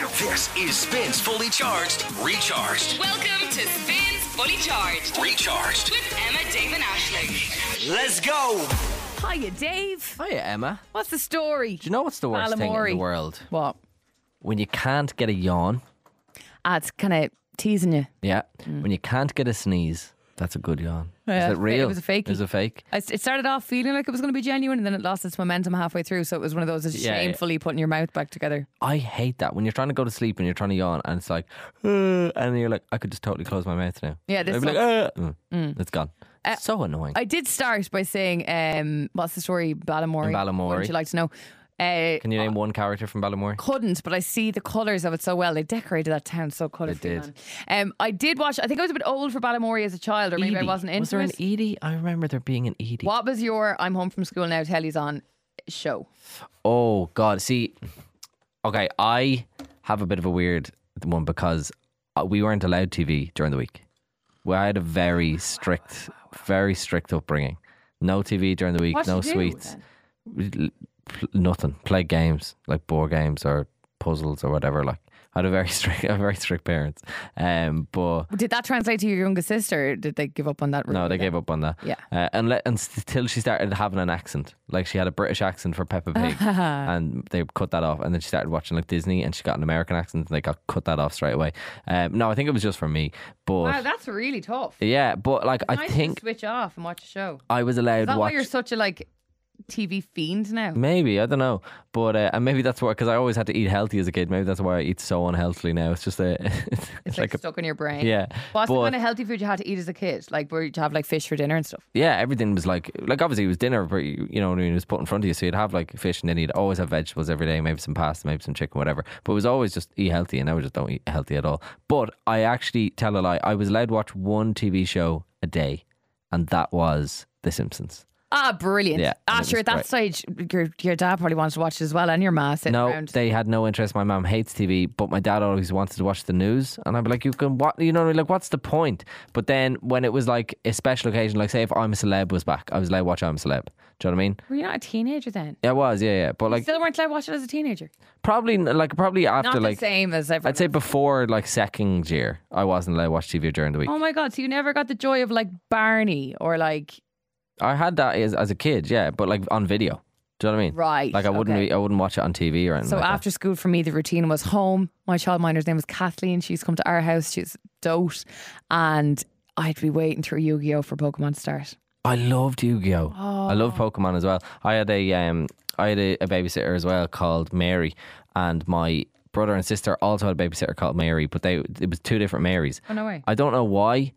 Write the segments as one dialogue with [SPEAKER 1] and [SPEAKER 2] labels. [SPEAKER 1] This is Spins Fully Charged, Recharged,
[SPEAKER 2] Welcome to Spins Fully Charged
[SPEAKER 1] Recharged.
[SPEAKER 2] with Emma Damon Ashley.
[SPEAKER 1] Let's go!
[SPEAKER 3] Hiya, Dave.
[SPEAKER 4] Hiya, Emma.
[SPEAKER 3] What's the story?
[SPEAKER 4] Do you know what's the worst thing
[SPEAKER 3] Malamori.
[SPEAKER 4] in the world?
[SPEAKER 3] What?
[SPEAKER 4] When you can't get a yawn.
[SPEAKER 3] Ah, it's kind of teasing you.
[SPEAKER 4] Yeah. When you can't get a sneeze. That's a good yawn.
[SPEAKER 3] Mm. Yeah,
[SPEAKER 4] Is
[SPEAKER 3] it
[SPEAKER 4] it real?
[SPEAKER 3] was a fakey.
[SPEAKER 4] Is it fake?
[SPEAKER 3] I s- It started off feeling like it was going to be genuine, and then it lost its momentum halfway through. So it was one of those that's
[SPEAKER 4] Yeah, yeah.
[SPEAKER 3] shamefully putting your mouth back together.
[SPEAKER 4] I hate that when you're trying to go to sleep and you're trying to yawn and it's like, "Uh," and you're like, I could just totally close my mouth now.
[SPEAKER 3] Yeah, this Uh,
[SPEAKER 4] I'd be like, uh, mm, it's gone. so annoying.
[SPEAKER 3] I did start by saying, um, "What's the story, Ballamore?"
[SPEAKER 4] In Ballamory.
[SPEAKER 3] Wouldn't you like to know? Uh,
[SPEAKER 4] Can you name one character from Ballamore?
[SPEAKER 3] couldn't, but I see the colours of it so well. They decorated that town so colourfully.
[SPEAKER 4] did.
[SPEAKER 3] man. Um, I did watch. I think I was a bit old for Ballamore as a child, or maybe I
[SPEAKER 4] Edie.
[SPEAKER 3] wasn't into
[SPEAKER 4] Was there
[SPEAKER 3] it.
[SPEAKER 4] an Edie? I remember there being an Edie.
[SPEAKER 3] what was your "I'm home from school now" telly's on show?
[SPEAKER 4] Oh God! See, okay, I have a bit of a weird one because uh, we weren't allowed TV during the week. We I had a very strict, very strict upbringing. No TV during the week.
[SPEAKER 3] What'd
[SPEAKER 4] no
[SPEAKER 3] you do
[SPEAKER 4] sweets. We- pl- Nothing. Play games like board games or puzzles or whatever. Like I had a very strict, I had very strict parents. Um, but
[SPEAKER 3] Did that translate to your younger sister? Or did they give up on that?
[SPEAKER 4] no,
[SPEAKER 3] route?
[SPEAKER 4] they gave up on that.
[SPEAKER 3] Yeah.
[SPEAKER 4] Uh, and let, and until she started having an accent, like she had a British accent for Peppa Pig, and they cut that off. And then she started watching like Disney, and she got an American accent, and they got cut that off straight away. Um, no, I think it was just for me, but
[SPEAKER 3] Wow, that's really tough.
[SPEAKER 4] yeah, but like I
[SPEAKER 3] nice to
[SPEAKER 4] think
[SPEAKER 3] switch off and watch a show.
[SPEAKER 4] I was allowed
[SPEAKER 3] Is that
[SPEAKER 4] watch.
[SPEAKER 3] why you're such a like TV fiend now?
[SPEAKER 4] Maybe I don't know, but uh, and maybe that's why because I always had to eat healthy as a kid. Maybe that's why I eat so unhealthily now. It's just a, it's,
[SPEAKER 3] It's like,
[SPEAKER 4] like,
[SPEAKER 3] stuck in your brain.
[SPEAKER 4] a, yeah.
[SPEAKER 3] What's the
[SPEAKER 4] but-
[SPEAKER 3] kind of healthy food you had to eat as a kid? Like, where you have like fish for dinner and stuff.
[SPEAKER 4] yeah, everything was like like obviously it was dinner, but you you know what I mean. It was put in front of you, so you'd have like fish, and then you'd always have vegetables every day, maybe some pasta, maybe some chicken, whatever. But it was always just eat healthy, and now I just don't eat healthy at all. But I actually tell a lie. I was allowed to watch one TV show a day, and that was The Simpsons.
[SPEAKER 3] Ah, brilliant.
[SPEAKER 4] Yeah,
[SPEAKER 3] ah,
[SPEAKER 4] and it
[SPEAKER 3] sure.
[SPEAKER 4] was
[SPEAKER 3] At that stage, your your dad probably wants to watch it as well, and your ma sitting
[SPEAKER 4] no,
[SPEAKER 3] around.
[SPEAKER 4] they had no interest. My mom hates TV, but my dad always wanted to watch the news, and I'd be like, "You can what? You know, what I mean? like what's the point?" But then when it was like a special occasion, like say if I'm a Celeb was back, I was allowed to watch I'm a Celeb. Do you know what I mean?
[SPEAKER 3] Were you not a teenager then?
[SPEAKER 4] Yeah, I was. Yeah, yeah. But like,
[SPEAKER 3] Still weren't allowed to watch it as a teenager.
[SPEAKER 4] Probably n- like probably after
[SPEAKER 3] Not the
[SPEAKER 4] like
[SPEAKER 3] same as everyone.
[SPEAKER 4] I'd say before like second year, I wasn't allowed to watch TV during the week.
[SPEAKER 3] Oh my god! So you never got the joy of like Barney or like
[SPEAKER 4] I had that as, as a kid, yeah, but like on video. Do you know what I mean?
[SPEAKER 3] Right,
[SPEAKER 4] Like I wouldn't
[SPEAKER 3] okay.
[SPEAKER 4] be- I wouldn't watch it on TV or anything.
[SPEAKER 3] So
[SPEAKER 4] like that.
[SPEAKER 3] after school for me, the routine was home. My childminder's name was Kathleen. She's come to our house. She's dote, and I'd be waiting through Yu Gi Oh for Pokemon to start.
[SPEAKER 4] I loved Yu-Gi-Oh.
[SPEAKER 3] Oh.
[SPEAKER 4] I love Pokemon as well. I had a um I had a, a babysitter as well called Mary and my brother and sister also had a babysitter called Mary, but they it was two different Marys.
[SPEAKER 3] Oh no way!
[SPEAKER 4] I don't know why,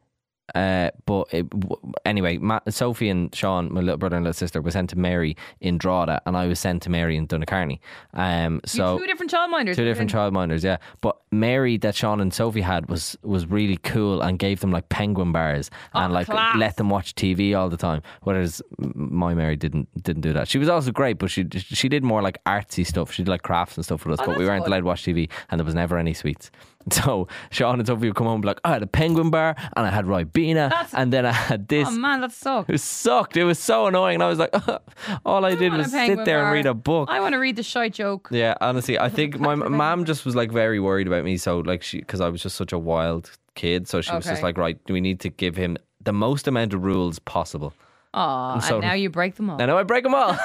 [SPEAKER 4] uh, but it, w- anyway, Ma Sophie and Sean, my little brother and little sister, were sent to Mary in Drogheda, and I was sent to Mary in Duncarney. Um, so
[SPEAKER 3] two different childminders.
[SPEAKER 4] two different childminders, yeah. But Mary that Sean and Sophie had was was really cool and gave them like penguin bars and like
[SPEAKER 3] Oh, class.
[SPEAKER 4] let them watch TV all the time. Whereas m- my Mary didn't didn't do that. She was also great, but she she did more like artsy stuff. She did like crafts and stuff with us, but we
[SPEAKER 3] Oh, that's
[SPEAKER 4] weren't
[SPEAKER 3] good.
[SPEAKER 4] allowed to watch TV, and there was never any sweets. So Sean and Sophie would come home and be like, I had a penguin bar and I had ribena and then I had this.
[SPEAKER 3] Oh man, that sucks.
[SPEAKER 4] it sucked. It was so annoying. And I was like, all I, did
[SPEAKER 3] want a
[SPEAKER 4] was sit
[SPEAKER 3] penguin
[SPEAKER 4] there
[SPEAKER 3] bar.
[SPEAKER 4] and read a book.
[SPEAKER 3] I want to read the shy joke.
[SPEAKER 4] Yeah, honestly, I think my mom just was like very worried about me. So like she, because I was just such a wild kid, so she was just
[SPEAKER 3] Okay.
[SPEAKER 4] like, right, we need to give him the most amount of rules possible.
[SPEAKER 3] Aw, Uh, and
[SPEAKER 4] so-
[SPEAKER 3] now you break them all.
[SPEAKER 4] And now I break them all.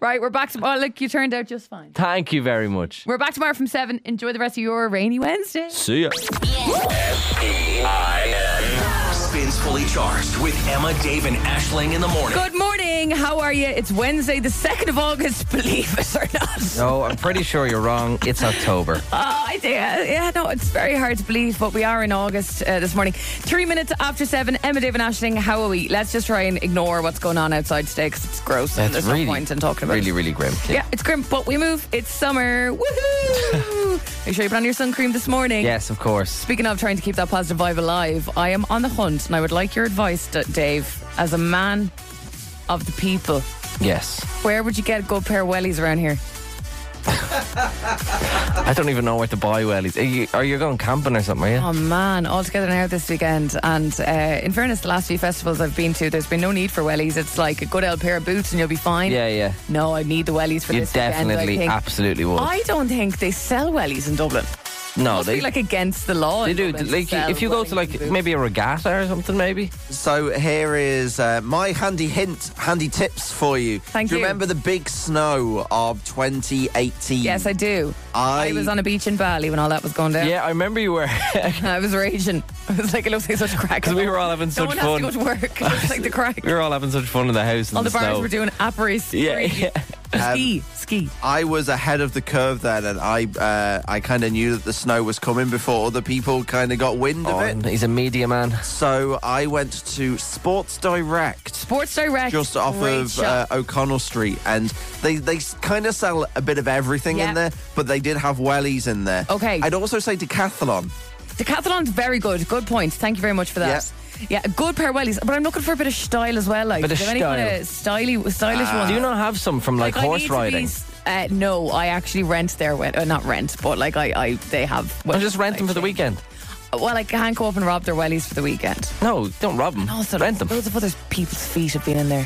[SPEAKER 3] Right, we're back. To, oh look, you turned out just fine.
[SPEAKER 4] Thank you very much.
[SPEAKER 3] We're back tomorrow from seven. Enjoy the rest of your rainy Wednesday.
[SPEAKER 4] See ya.
[SPEAKER 1] Spins Fully Charged with Emma, Dave, and Ashling in the morning.
[SPEAKER 3] Good morning. How are you? It's Wednesday, the second of August. Believe it or not.
[SPEAKER 4] No, I'm pretty sure you're wrong. It's October.
[SPEAKER 3] Oh, I think, uh, yeah, no, it's very hard to believe, but we are in August uh, this morning. Three minutes after seven, Emma, Dave, and Ashling, how are we? Let's just try and ignore what's going on outside today 'cause it's gross and there's no point in talking about
[SPEAKER 4] really,
[SPEAKER 3] it.
[SPEAKER 4] really grim.
[SPEAKER 3] Yeah, it's grim, but we move. It's summer. Woohoo! Make sure you put on your sun cream this morning.
[SPEAKER 4] Yes, of course.
[SPEAKER 3] Speaking of trying to keep that positive vibe alive, I am on the hunt and I would like your advice, D- Dave, as a man of the people.
[SPEAKER 4] Yes.
[SPEAKER 3] Where would you get a good pair of wellies around here?
[SPEAKER 4] I don't even know where to buy wellies. Are you, are you going camping or something? Are you?
[SPEAKER 2] Oh man, all together now this weekend. And uh, in fairness, the last few festivals I've been to, there's been no need for wellies. It's like a good old pair of boots and you'll be fine.
[SPEAKER 4] yeah, yeah.
[SPEAKER 2] No, I need the wellies for
[SPEAKER 4] You
[SPEAKER 2] this weekend, I
[SPEAKER 4] definitely,
[SPEAKER 2] think.
[SPEAKER 4] absolutely would.
[SPEAKER 2] I don't think they sell wellies in Dublin.
[SPEAKER 3] Oh,
[SPEAKER 4] no,
[SPEAKER 2] Must
[SPEAKER 4] they
[SPEAKER 2] be like against the law.
[SPEAKER 4] They
[SPEAKER 2] in
[SPEAKER 4] do.
[SPEAKER 2] Dublin to
[SPEAKER 4] Like
[SPEAKER 2] sell
[SPEAKER 4] if you go to
[SPEAKER 2] wellies
[SPEAKER 4] like
[SPEAKER 2] and boots.
[SPEAKER 4] maybe a regatta or something, maybe.
[SPEAKER 5] So here is uh, my handy hint, handy tips for you.
[SPEAKER 2] Thank
[SPEAKER 5] Do you
[SPEAKER 2] you.
[SPEAKER 5] remember the big snow of 2018?
[SPEAKER 2] Yes, I do.
[SPEAKER 5] I-
[SPEAKER 2] was on a beach in Bali when all that was going down.
[SPEAKER 4] Yeah, I remember you were
[SPEAKER 2] I was raging. I was like, it looks like such crack.
[SPEAKER 4] because we were all having
[SPEAKER 2] no
[SPEAKER 4] such
[SPEAKER 2] one
[SPEAKER 4] fun.
[SPEAKER 2] has to go to work. It looks like the crack.
[SPEAKER 4] We were all having such fun in the house. in
[SPEAKER 2] All the bars
[SPEAKER 4] snow.
[SPEAKER 2] were doing apres.
[SPEAKER 4] Yeah, Um, yeah.
[SPEAKER 2] ski, ski.
[SPEAKER 5] I was ahead of the curve then, and I uh, I kind of knew that the snow was coming before other people kind of got wind
[SPEAKER 4] Oh,
[SPEAKER 5] of it.
[SPEAKER 4] he's a media man.
[SPEAKER 5] So I went to Sports Direct.
[SPEAKER 2] Sports Direct.
[SPEAKER 5] Just off
[SPEAKER 2] great
[SPEAKER 5] of uh,
[SPEAKER 2] shop.
[SPEAKER 5] O'Connell Street, and they they kind of sell a bit of everything
[SPEAKER 2] Yeah.
[SPEAKER 5] in there, but they did have wellies in there.
[SPEAKER 2] Okay.
[SPEAKER 5] I'd also say decathlon.
[SPEAKER 2] Decathlon's very good. Good point. Thank you very much for that. Yeah, a good pair of wellies. But I'm looking for a bit of style as well. Like,
[SPEAKER 4] Bit of Ah.
[SPEAKER 2] do you have any kind of styly, stylish ones?
[SPEAKER 4] Do you not have some from like,
[SPEAKER 2] I need
[SPEAKER 4] horse
[SPEAKER 2] to be
[SPEAKER 4] riding?
[SPEAKER 2] s- uh, no, I actually rent their wed- uh, not rent, but like I, I they have.
[SPEAKER 4] I'll just rent them for the weekend.
[SPEAKER 2] Well, I can't go up and rob their wellies for the weekend.
[SPEAKER 4] No, don't rob them.
[SPEAKER 2] Also,
[SPEAKER 4] rent them.
[SPEAKER 2] Loads of other people's feet have been in there.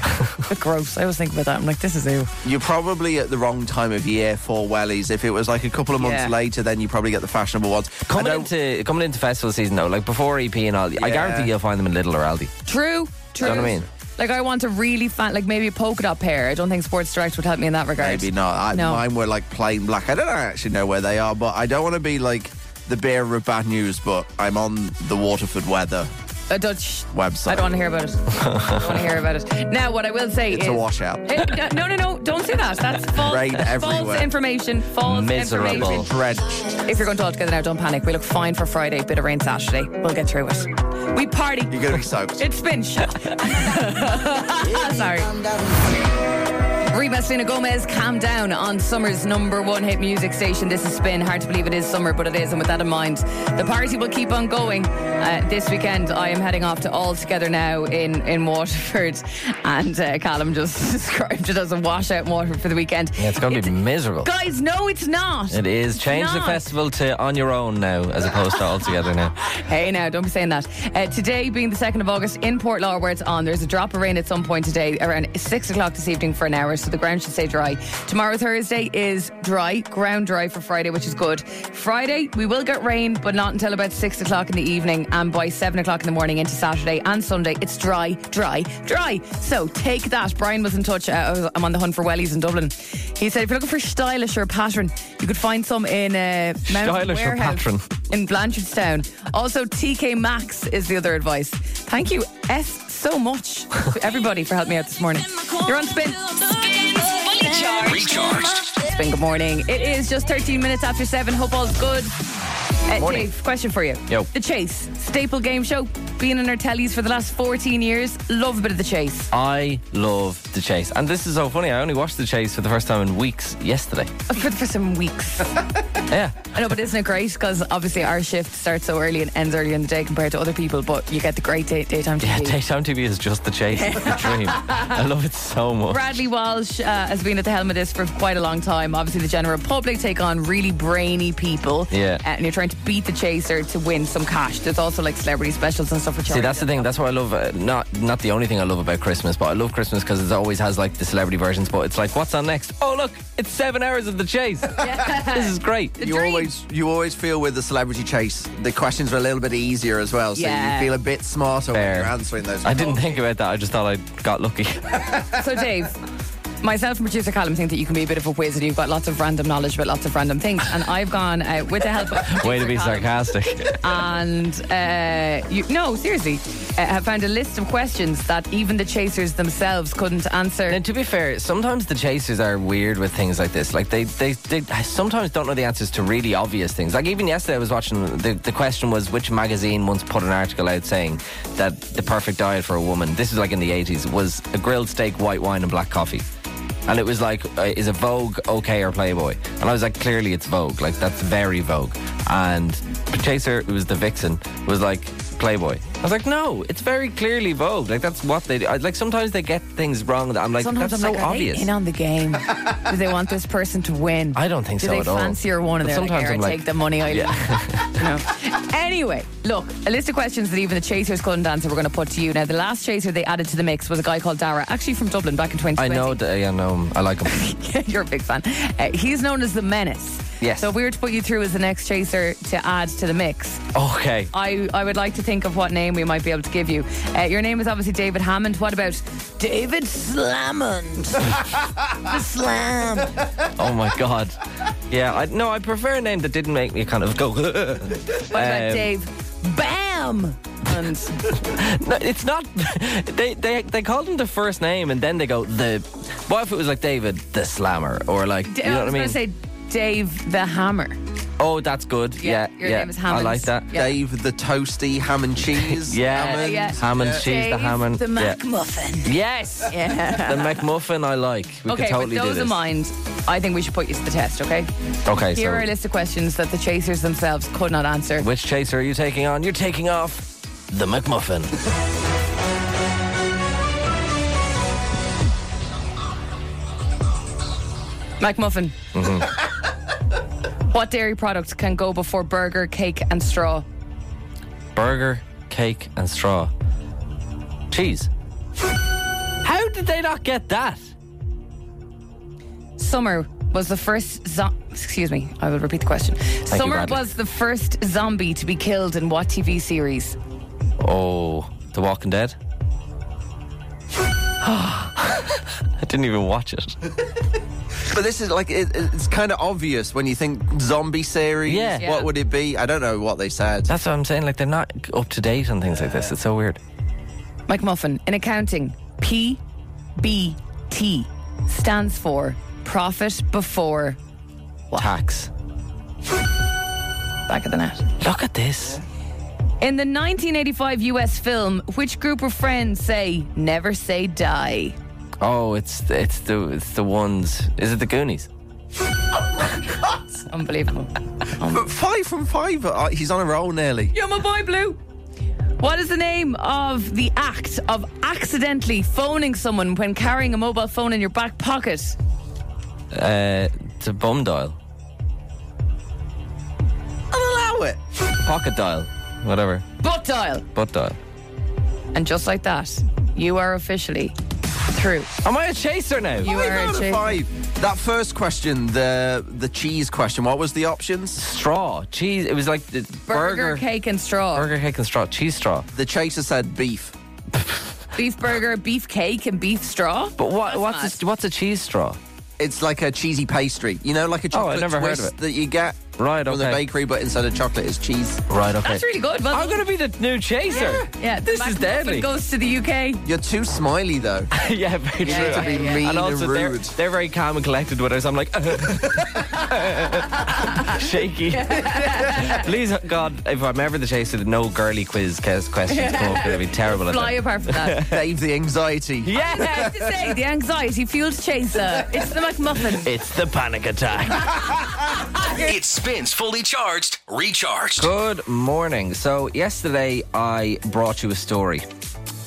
[SPEAKER 2] But gross. I always think about that. I'm like, this is ew.
[SPEAKER 5] You're probably at the wrong time of year for wellies. If it was like a couple of months
[SPEAKER 2] Yeah.
[SPEAKER 5] later, then you probably get the fashionable ones. I
[SPEAKER 4] Coming
[SPEAKER 5] know-
[SPEAKER 4] into coming into festival season though, like before EP and all, I
[SPEAKER 5] Yeah.
[SPEAKER 4] guarantee you'll find them in Little or Aldi.
[SPEAKER 2] True. True.
[SPEAKER 4] what I mean?
[SPEAKER 2] Like I want a really fan, like maybe a polka dot pair. I don't think Sports Direct would help me in that regard.
[SPEAKER 5] Maybe not. I,
[SPEAKER 2] No.
[SPEAKER 5] Mine were like plain black. I don't actually know where they are, but I don't want to be like the bearer of bad news, but I'm on the Waterford weather
[SPEAKER 2] A Dutch
[SPEAKER 5] website.
[SPEAKER 2] I don't want to hear about it. I don't want to hear about it. Now, what I will say
[SPEAKER 5] It's
[SPEAKER 2] is
[SPEAKER 5] a washout.
[SPEAKER 2] Eh, no, no, no! Don't say that. That's false.
[SPEAKER 5] Rain
[SPEAKER 2] false
[SPEAKER 5] everywhere.
[SPEAKER 2] information. False
[SPEAKER 4] Miserable.
[SPEAKER 2] information.
[SPEAKER 5] Drenched.
[SPEAKER 2] If you're going to all together now, don't panic. We look fine for Friday. Bit of rain Saturday. We'll get through it. We party.
[SPEAKER 5] You're going to be soaked.
[SPEAKER 2] It's been shut. Sorry. Reba Selena Gomez, Calm Down on summer's number one hit music station. This is Spin. Hard to believe it is summer, but it is. And with that in mind, the party will keep on going. Uh, this weekend, I am heading off to All Together Now in, in Waterford. And uh, Callum just described it as a washout in Waterford for the weekend.
[SPEAKER 4] Yeah, it's gonna be miserable.
[SPEAKER 2] Guys, no, it's not.
[SPEAKER 4] It is. Change the
[SPEAKER 2] not.
[SPEAKER 4] festival to on your own now, as opposed to all together now.
[SPEAKER 2] Hey, now, don't be saying that. Uh, today, being the 2nd of August, in Port Law, where it's on, there's a drop of rain at some point today, around 6 o'clock this evening for an hour, so the ground should stay dry. Tomorrow, Thursday, is dry, ground dry for Friday, which is good. Friday, we will get rain, but not until about 6 o'clock in the evening, and by 7 o'clock in the morning into Saturday and Sunday, it's dry, dry, dry. So take that. Brian was in touch. Uh, I'm on the hunt for wellies in Dublin. He said, if you're looking for stylish or pattern, you could find some in uh, Mountain
[SPEAKER 4] Stylish or
[SPEAKER 2] Warehouse
[SPEAKER 4] pattern?
[SPEAKER 2] in Blanchardstown. Also, TK Maxx is the other advice. Thank you, S, so much, to everybody, for helping me out this morning. You're on spin.
[SPEAKER 6] Spins Fully Charged.
[SPEAKER 7] Recharged.
[SPEAKER 2] Spin, good morning. It is just 13 minutes after 7. Hope all's good. Uh,
[SPEAKER 4] Morning.
[SPEAKER 2] Dave, question for you.
[SPEAKER 4] Yo.
[SPEAKER 2] The Chase, staple game show, been in our tellies for the last 14 years. Love a bit of The Chase.
[SPEAKER 4] I love The Chase. And this is so funny. I only watched The Chase for the first time in weeks yesterday.
[SPEAKER 2] For, for some weeks.
[SPEAKER 4] Yeah.
[SPEAKER 2] I know, but isn't it great? Because obviously our shift starts so early and ends early in the day compared to other people, but you get the great day- daytime TV.
[SPEAKER 4] Yeah, daytime TV is just The Chase. It's the dream. I love it so much.
[SPEAKER 2] Bradley Walsh uh, has been at the helm of this for quite a long time. Obviously, the general public take on really brainy people. Uh,
[SPEAKER 4] Yeah.
[SPEAKER 2] And you're trying to beat the chaser to win some cash. There's also like celebrity specials and stuff for
[SPEAKER 4] See,
[SPEAKER 2] charity.
[SPEAKER 4] that's the thing. That's why I love uh, not not the only thing I love about Christmas, but I love Christmas because it always has like the celebrity versions. But it's like, what's on next? Oh, look, it's seven hours of the chase. This is great.
[SPEAKER 2] The
[SPEAKER 5] You
[SPEAKER 2] dream.
[SPEAKER 5] always you always feel with the celebrity chase, the questions are a little bit easier as well, so
[SPEAKER 2] Yeah.
[SPEAKER 5] you feel a bit smarter
[SPEAKER 4] Fair.
[SPEAKER 5] when you're answering those.
[SPEAKER 4] I didn't think about that. I just thought I got lucky.
[SPEAKER 2] So, Dave. Myself and producer Callum think that you can be a bit of a whiz and you've got lots of random knowledge about lots of random things. And I've gone uh, with the help of
[SPEAKER 4] Way to be
[SPEAKER 2] producer Callum,
[SPEAKER 4] sarcastic.
[SPEAKER 2] And uh, you, no, seriously, uh, have found a list of questions that even the chasers themselves couldn't answer.
[SPEAKER 4] And to be fair, sometimes the chasers are weird with things like this. Like they, they, they sometimes don't know the answers to really obvious things. Like even yesterday, I was watching. The, the question was which magazine once put an article out saying that the perfect diet for a woman. This is like in the eighties. Was a grilled steak, white wine, and black coffee. And it was like, uh, is a Vogue okay or Playboy? And I was like, clearly it's Vogue. Like that's very Vogue. And the chaser, who was the vixen, was like Playboy. was like, no, it's very clearly vogue. Like that's what they do. I- Like sometimes they get things wrong. That I'm like,
[SPEAKER 2] Sometimes
[SPEAKER 4] that's
[SPEAKER 2] I'm
[SPEAKER 4] so
[SPEAKER 2] like, are
[SPEAKER 4] obvious.
[SPEAKER 2] they in on the game? Do they want this person to win?
[SPEAKER 4] I don't think
[SPEAKER 2] Do
[SPEAKER 4] so
[SPEAKER 2] they
[SPEAKER 4] at all.
[SPEAKER 2] fancy her one of
[SPEAKER 4] But
[SPEAKER 2] their
[SPEAKER 4] sometimes I'm like-
[SPEAKER 2] take the money? I You know? Anyway, look, a list of questions that even the Chasers couldn't answer. We're going to put to you now. The last Chaser they added to the mix was a guy called Dara, actually from Dublin back in 2020.
[SPEAKER 4] I know. That, yeah, no, I like them.
[SPEAKER 2] You're a big fan. Uh, he's known as the Menace.
[SPEAKER 4] Yes.
[SPEAKER 2] So if we were to put you through as the next Chaser to add to the mix.
[SPEAKER 4] okay.
[SPEAKER 2] I, I would like to think of what name we might be able to give you. Uh, your name is obviously David Hammond. What about David Slammond? the Slam.
[SPEAKER 4] Oh my god. Yeah. I, no, I prefer a name that didn't make me kind of go.
[SPEAKER 2] What about
[SPEAKER 4] Um,
[SPEAKER 2] Dave? Bam! And
[SPEAKER 4] No, it's not. They they they called him the first name, and then they go the. What if it was like David the Slammer, or like you know
[SPEAKER 2] oh, I
[SPEAKER 4] what I
[SPEAKER 2] was
[SPEAKER 4] mean?
[SPEAKER 2] going to say Dave the Hammer.
[SPEAKER 4] oh, that's good.
[SPEAKER 2] Yeah,
[SPEAKER 4] Yeah,
[SPEAKER 2] your
[SPEAKER 4] yeah.
[SPEAKER 2] name is
[SPEAKER 4] I
[SPEAKER 2] Hammond.
[SPEAKER 4] like that.
[SPEAKER 2] Yeah.
[SPEAKER 5] Dave the toasty ham and cheese.
[SPEAKER 4] Yeah.
[SPEAKER 5] Hammond.
[SPEAKER 2] Yeah.
[SPEAKER 4] Hammond, she's the
[SPEAKER 2] Dave
[SPEAKER 4] Hammond.
[SPEAKER 2] The
[SPEAKER 4] yeah.
[SPEAKER 2] MacMuffin.
[SPEAKER 4] Yes,
[SPEAKER 2] Yeah.
[SPEAKER 4] the McMuffin. I like. We
[SPEAKER 2] okay,
[SPEAKER 4] could totally
[SPEAKER 2] with
[SPEAKER 4] do
[SPEAKER 2] those
[SPEAKER 4] this.
[SPEAKER 2] in mind, I think we should put you to the test, okay?
[SPEAKER 4] Okay,
[SPEAKER 2] Here
[SPEAKER 4] so
[SPEAKER 2] are a list of questions that the chasers themselves could not answer.
[SPEAKER 4] which chaser are you taking on? You're taking off the McMuffin.
[SPEAKER 2] McMuffin.
[SPEAKER 4] Mm-hmm.
[SPEAKER 2] what dairy product can go before burger, cake, and straw?
[SPEAKER 4] Burger, cake, and straw. Cheese. How did they not get that?
[SPEAKER 2] Summer was the first. Zo- excuse me, I will repeat the question.
[SPEAKER 4] you,
[SPEAKER 2] Summer
[SPEAKER 4] Bradley.
[SPEAKER 2] was the first zombie to be killed in what TV series?
[SPEAKER 4] Oh, The Walking Dead. I didn't even watch it.
[SPEAKER 5] But this is like it, it's kind of obvious when you think zombie series.
[SPEAKER 4] Yeah.
[SPEAKER 2] Yeah.
[SPEAKER 5] What would it be? I don't know what they said.
[SPEAKER 4] That's what I'm saying. Like they're not up to date on things like this. It's so weird.
[SPEAKER 2] McMuffin, in accounting, PBT stands for profit before
[SPEAKER 4] Tax.
[SPEAKER 2] back of the net.
[SPEAKER 4] Look at this.
[SPEAKER 2] In the 1985 US film, which group of friends say, never say die?
[SPEAKER 4] Oh, it's it's the it's the ones. Is it the Goonies?
[SPEAKER 2] Unbelievable.
[SPEAKER 5] But five from five. uh, He's on a roll nearly.
[SPEAKER 2] You're my boy, Blue. What is the name of the act of accidentally phoning someone when carrying a mobile phone in your back pocket?
[SPEAKER 4] Uh, it's a bum dial,
[SPEAKER 5] I'll allow it.
[SPEAKER 4] pocket dial, whatever,
[SPEAKER 2] Butt dial.
[SPEAKER 4] butt dial.
[SPEAKER 2] And just like that, you are officially through.
[SPEAKER 4] Am I a chaser now?
[SPEAKER 2] You
[SPEAKER 5] Five
[SPEAKER 2] are
[SPEAKER 5] out of
[SPEAKER 2] a
[SPEAKER 5] five. That first question, the the cheese question. What was the options?
[SPEAKER 4] straw, cheese. It was like the
[SPEAKER 2] burger,
[SPEAKER 4] burger,
[SPEAKER 2] cake, and straw.
[SPEAKER 4] burger cake and straw, cheese straw.
[SPEAKER 5] The chaser said beef.
[SPEAKER 2] Beef burger, beef cake, and beef straw.
[SPEAKER 4] But what
[SPEAKER 2] That's mad.
[SPEAKER 4] what's a, what's a cheese straw?
[SPEAKER 5] It's like a cheesy pastry. You know, like a
[SPEAKER 4] Oh,
[SPEAKER 5] chocolate
[SPEAKER 4] I've never heard of
[SPEAKER 5] twist
[SPEAKER 4] it.
[SPEAKER 5] that you get
[SPEAKER 4] Right,
[SPEAKER 5] from the
[SPEAKER 4] okay.
[SPEAKER 5] bakery, but instead of chocolate, it's cheese.
[SPEAKER 4] Right. Okay.
[SPEAKER 2] That's really good. Well,
[SPEAKER 4] I'm gonna be the new chaser.
[SPEAKER 2] yeah, the
[SPEAKER 4] Ah, this is
[SPEAKER 2] McMuffin
[SPEAKER 4] deadly.
[SPEAKER 2] goes to the UK.
[SPEAKER 5] You're too smiley though.
[SPEAKER 4] yeah,
[SPEAKER 2] Yeah,
[SPEAKER 4] very true.
[SPEAKER 2] yeah, yeah.
[SPEAKER 5] Mean
[SPEAKER 4] And also,
[SPEAKER 5] and
[SPEAKER 4] they're,
[SPEAKER 5] rude.
[SPEAKER 4] they're very calm and collected with us. I'm like, shaky. Please, God, if I'm ever the chaser, no girly quiz ques- questions come up. It'll be terrible. at
[SPEAKER 2] Fly
[SPEAKER 4] that.
[SPEAKER 2] apart from that.
[SPEAKER 5] Dave the anxiety.
[SPEAKER 2] I
[SPEAKER 4] Yeah.
[SPEAKER 2] have to say, the anxiety fueled chaser. It's the McMuffin.
[SPEAKER 4] It's the panic attack.
[SPEAKER 1] It spins fully charged, recharged.
[SPEAKER 4] Good morning. So, yesterday I brought you a story.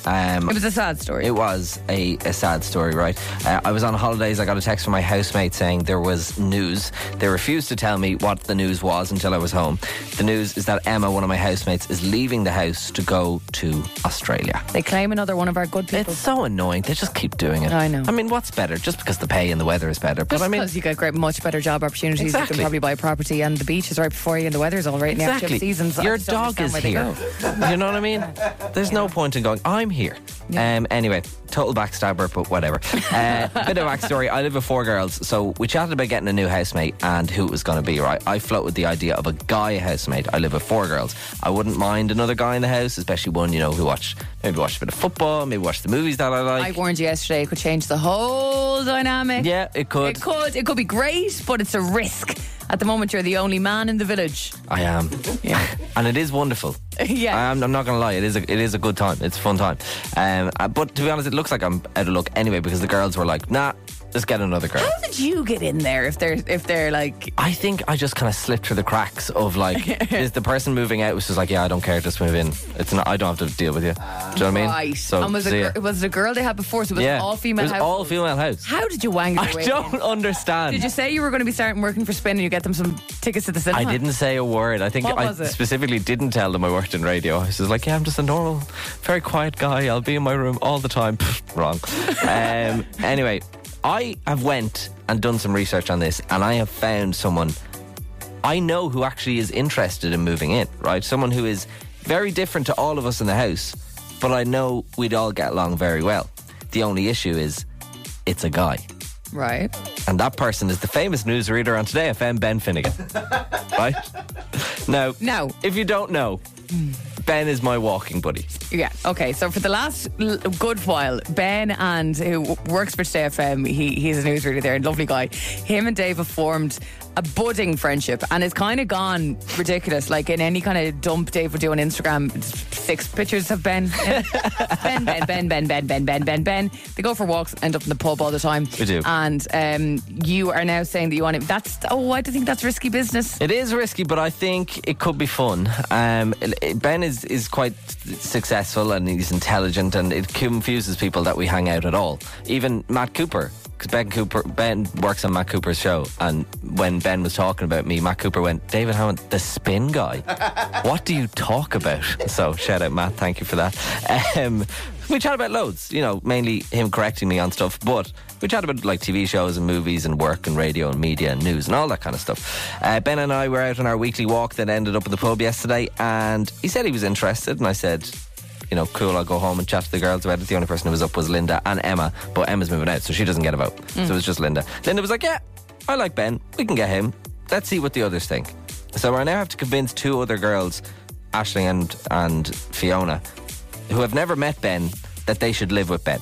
[SPEAKER 4] Um,
[SPEAKER 2] It was a sad story.
[SPEAKER 4] It was a, a sad story, right? Uh, I was on holidays. I got a text from my housemate saying there was news. They refused to tell me what the news was until I was home. The news is that Emma, one of my housemates, is leaving the house to go to Australia.
[SPEAKER 2] They claim another one of our good people.
[SPEAKER 4] It's so annoying. They just keep doing it.
[SPEAKER 2] I know.
[SPEAKER 4] I mean, what's better? Just because the pay and the weather is better.
[SPEAKER 2] Just
[SPEAKER 4] but I mean,
[SPEAKER 2] because you got great, much better job opportunities, you can
[SPEAKER 4] Exactly.
[SPEAKER 2] probably buy property, and the beach is right before you, and the weather's all right. And you have
[SPEAKER 4] exactly.
[SPEAKER 2] chip seasons. I
[SPEAKER 4] Your
[SPEAKER 2] just don't
[SPEAKER 4] dog is
[SPEAKER 2] understand where
[SPEAKER 4] here.
[SPEAKER 2] they
[SPEAKER 4] you know what I mean? There's no point in going. I'm here. Um, anyway, total backstabber, but whatever. Uh, bit of backstory. I live with four girls, so we chatted about getting a new housemate and who it was going to be. Right, I floated the idea of a guy housemate. I live with four girls. I wouldn't mind another guy in the house, especially one you know who watched maybe watched a bit of football, maybe watched the movies that I
[SPEAKER 2] I
[SPEAKER 4] like.
[SPEAKER 2] warned you yesterday; it could change the whole dynamic.
[SPEAKER 4] yeah, it could.
[SPEAKER 2] It could. It could be great, but it's a risk. At the moment, you're the only man in the village.
[SPEAKER 4] I am. Yeah. and it is wonderful.
[SPEAKER 2] Yeah.
[SPEAKER 4] I am, I'm not going to lie. It is a, it is a good time. It's a fun time. Um, uh, but to be honest, it looks like I'm out of luck anyway because the girls were like, nah, Just get another girl.
[SPEAKER 2] How did you get in there if they're if they're like
[SPEAKER 4] I think I just kind of slipped through the cracks of like, is the person moving out was just like, yeah, I don't care, just move in. It's not, I don't have to deal with you. Do you know what I mean?
[SPEAKER 2] right?
[SPEAKER 4] So,
[SPEAKER 2] and was it,
[SPEAKER 4] see
[SPEAKER 2] gir-
[SPEAKER 4] ya.
[SPEAKER 2] was it a girl they had before? So it was
[SPEAKER 4] yeah,
[SPEAKER 2] all female.
[SPEAKER 4] It was
[SPEAKER 2] house.
[SPEAKER 4] all female house.
[SPEAKER 2] How did you wang your
[SPEAKER 4] I
[SPEAKER 2] way in?
[SPEAKER 4] don't understand.
[SPEAKER 2] Did you say you were going to be starting working for Spin and you get them some tickets to the cinema?
[SPEAKER 4] I didn't say a word. I think
[SPEAKER 2] What
[SPEAKER 4] I
[SPEAKER 2] was it?
[SPEAKER 4] specifically didn't tell them I worked in radio. I was just like, yeah, I'm just a normal, very quiet guy. I'll be in my room all the time. Pfft, Wrong. um, anyway, I have went and done some research on this, and I have found someone I know who actually is interested in moving in. Right, someone who is very different to all of us in the house, but I know we'd all get along very well. The only issue is, it's a guy.
[SPEAKER 2] Right.
[SPEAKER 4] And that person is the famous newsreader on Today FM, Ben Finnegan. right? Now,
[SPEAKER 2] No.
[SPEAKER 4] if you don't know, Ben is my walking buddy.
[SPEAKER 2] Yeah. Okay. So for the last l- good while, Ben and who w- works for Stay FM, he he's a newsreader there, and lovely guy. Him and Dave have formed a budding friendship, and it's kind of gone ridiculous. Like in any kind of dump Dave would do on Instagram, it's six pictures of Ben, Ben, Ben, Ben, Ben, Ben, Ben, Ben, Ben, Ben. They go for walks, end up in the pub all the time.
[SPEAKER 4] We do.
[SPEAKER 2] And um, you are now saying that you want it. That's oh, I do think that's risky business.
[SPEAKER 4] It is risky, but I think it could be fun. Um, l- ben is, is quite successful and he's intelligent, and it confuses people that we hang out at all. Even Matt Cooper. Because Ben Cooper, Ben works on Matt Cooper's show, and when Ben was talking about me, Matt Cooper went, "David Hammond, the spin guy. what do you talk about?" So shout out Matt, thank you for that. Um, we chat about loads, you know, mainly him correcting me on stuff, but we chat about like TV shows and movies and work and radio and media and news and all that kind of stuff. Uh, ben and I were out on our weekly walk that ended up at the pub yesterday, and he said he was interested, and I said, you know, cool, I'll go home and chat to the girls about it. The only person who was up was Linda and Emma, but Emma's moving out, so she doesn't get a vote. So it was just Linda. Linda was like, yeah, I like Ben, we can get him. Let's see what the others think. So I now have to convince two other girls, Ashley and, and Fiona, who have never met Ben that they should live with Ben.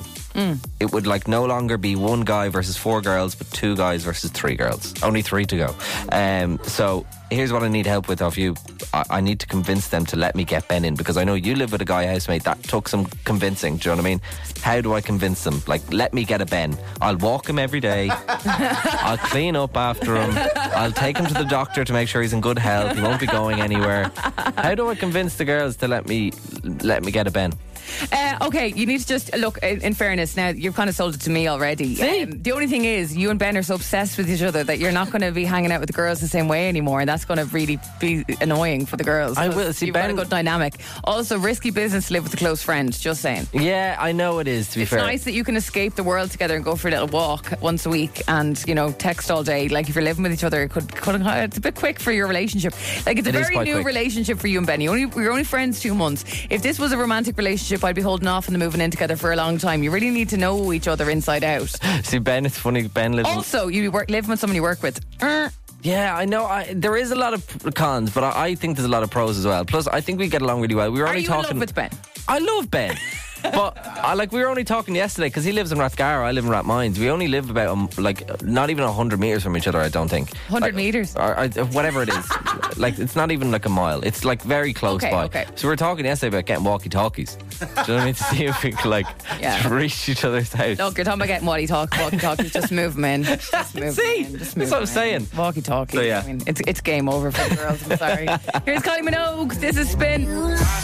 [SPEAKER 4] It would like no longer be one guy versus four girls, but two guys versus three girls. Only three to go. Um, so here's what I need help with off you. I, I need to convince them to let me get Ben in because I know you live with a guy housemate. That took some convincing. Do you know what I mean? How do I convince them? Like, let me get a Ben. I'll walk him every day. I'll clean up after him. I'll take him to the doctor to make sure he's in good health. He won't be going anywhere. How do I convince the girls to let me let me get a Ben?
[SPEAKER 2] Uh, okay, you need to just look. In, in fairness, now you've kind of sold it to me already. Um, the only thing is, you and Ben are so obsessed with each other that you're not going to be hanging out with the girls the same way anymore, and that's going to really be annoying for the girls.
[SPEAKER 4] I
[SPEAKER 2] 'cause
[SPEAKER 4] will. See,
[SPEAKER 2] you've got
[SPEAKER 4] Ben-
[SPEAKER 2] a good dynamic. Also, risky business to live with a close friend. Just saying.
[SPEAKER 4] Yeah, I know it is. To be
[SPEAKER 2] It's
[SPEAKER 4] fair,
[SPEAKER 2] nice that you can escape the world together and go for a little walk once a week, and you know, text all day. Like if you're living with each other, it could, could uh, it's a bit quick for your relationship. Like it's a
[SPEAKER 4] It is
[SPEAKER 2] very
[SPEAKER 4] quite
[SPEAKER 2] new
[SPEAKER 4] quick.
[SPEAKER 2] relationship for you and Ben. You only you're only friends two months. If this was a romantic relationship, I'd be holding off and moving in together for a long time. You really need to know each other inside out.
[SPEAKER 4] See, Ben, it's funny. Ben lives. in-
[SPEAKER 2] Also, you work living with someone you work with. Er,
[SPEAKER 4] yeah, I know. I, there is a lot of p- cons, but I, I think there's a lot of pros as well. Plus, I think we get along really well. We were
[SPEAKER 2] Are
[SPEAKER 4] only
[SPEAKER 2] you in
[SPEAKER 4] talking.
[SPEAKER 2] love with Ben?
[SPEAKER 4] I love Ben. But I like we were only talking yesterday because he lives in Rathgara, I live in Rathmines. We only live about um, like not even hundred meters from each other. I don't think
[SPEAKER 2] 100
[SPEAKER 4] Like,
[SPEAKER 2] meters?
[SPEAKER 4] or, or whatever it is. like it's not even like a mile. It's like very close
[SPEAKER 2] Okay,
[SPEAKER 4] by.
[SPEAKER 2] okay.
[SPEAKER 4] So we were talking yesterday about getting walkie talkies. Do you know what I mean? To see if we could like
[SPEAKER 2] Yeah.
[SPEAKER 4] reach each other's house.
[SPEAKER 2] Look, you're talking about getting walkie talk, walkie talkies. Just move them in. Just move 'em
[SPEAKER 4] See?
[SPEAKER 2] in. Just
[SPEAKER 4] That's
[SPEAKER 2] move
[SPEAKER 4] what
[SPEAKER 2] 'em
[SPEAKER 4] I'm saying.
[SPEAKER 2] In. Walkie talkie.
[SPEAKER 4] So, yeah.
[SPEAKER 2] I mean, it's it's game over for the girls. I'm sorry. Here's Kylie Minogue. This is Spin.
[SPEAKER 8] I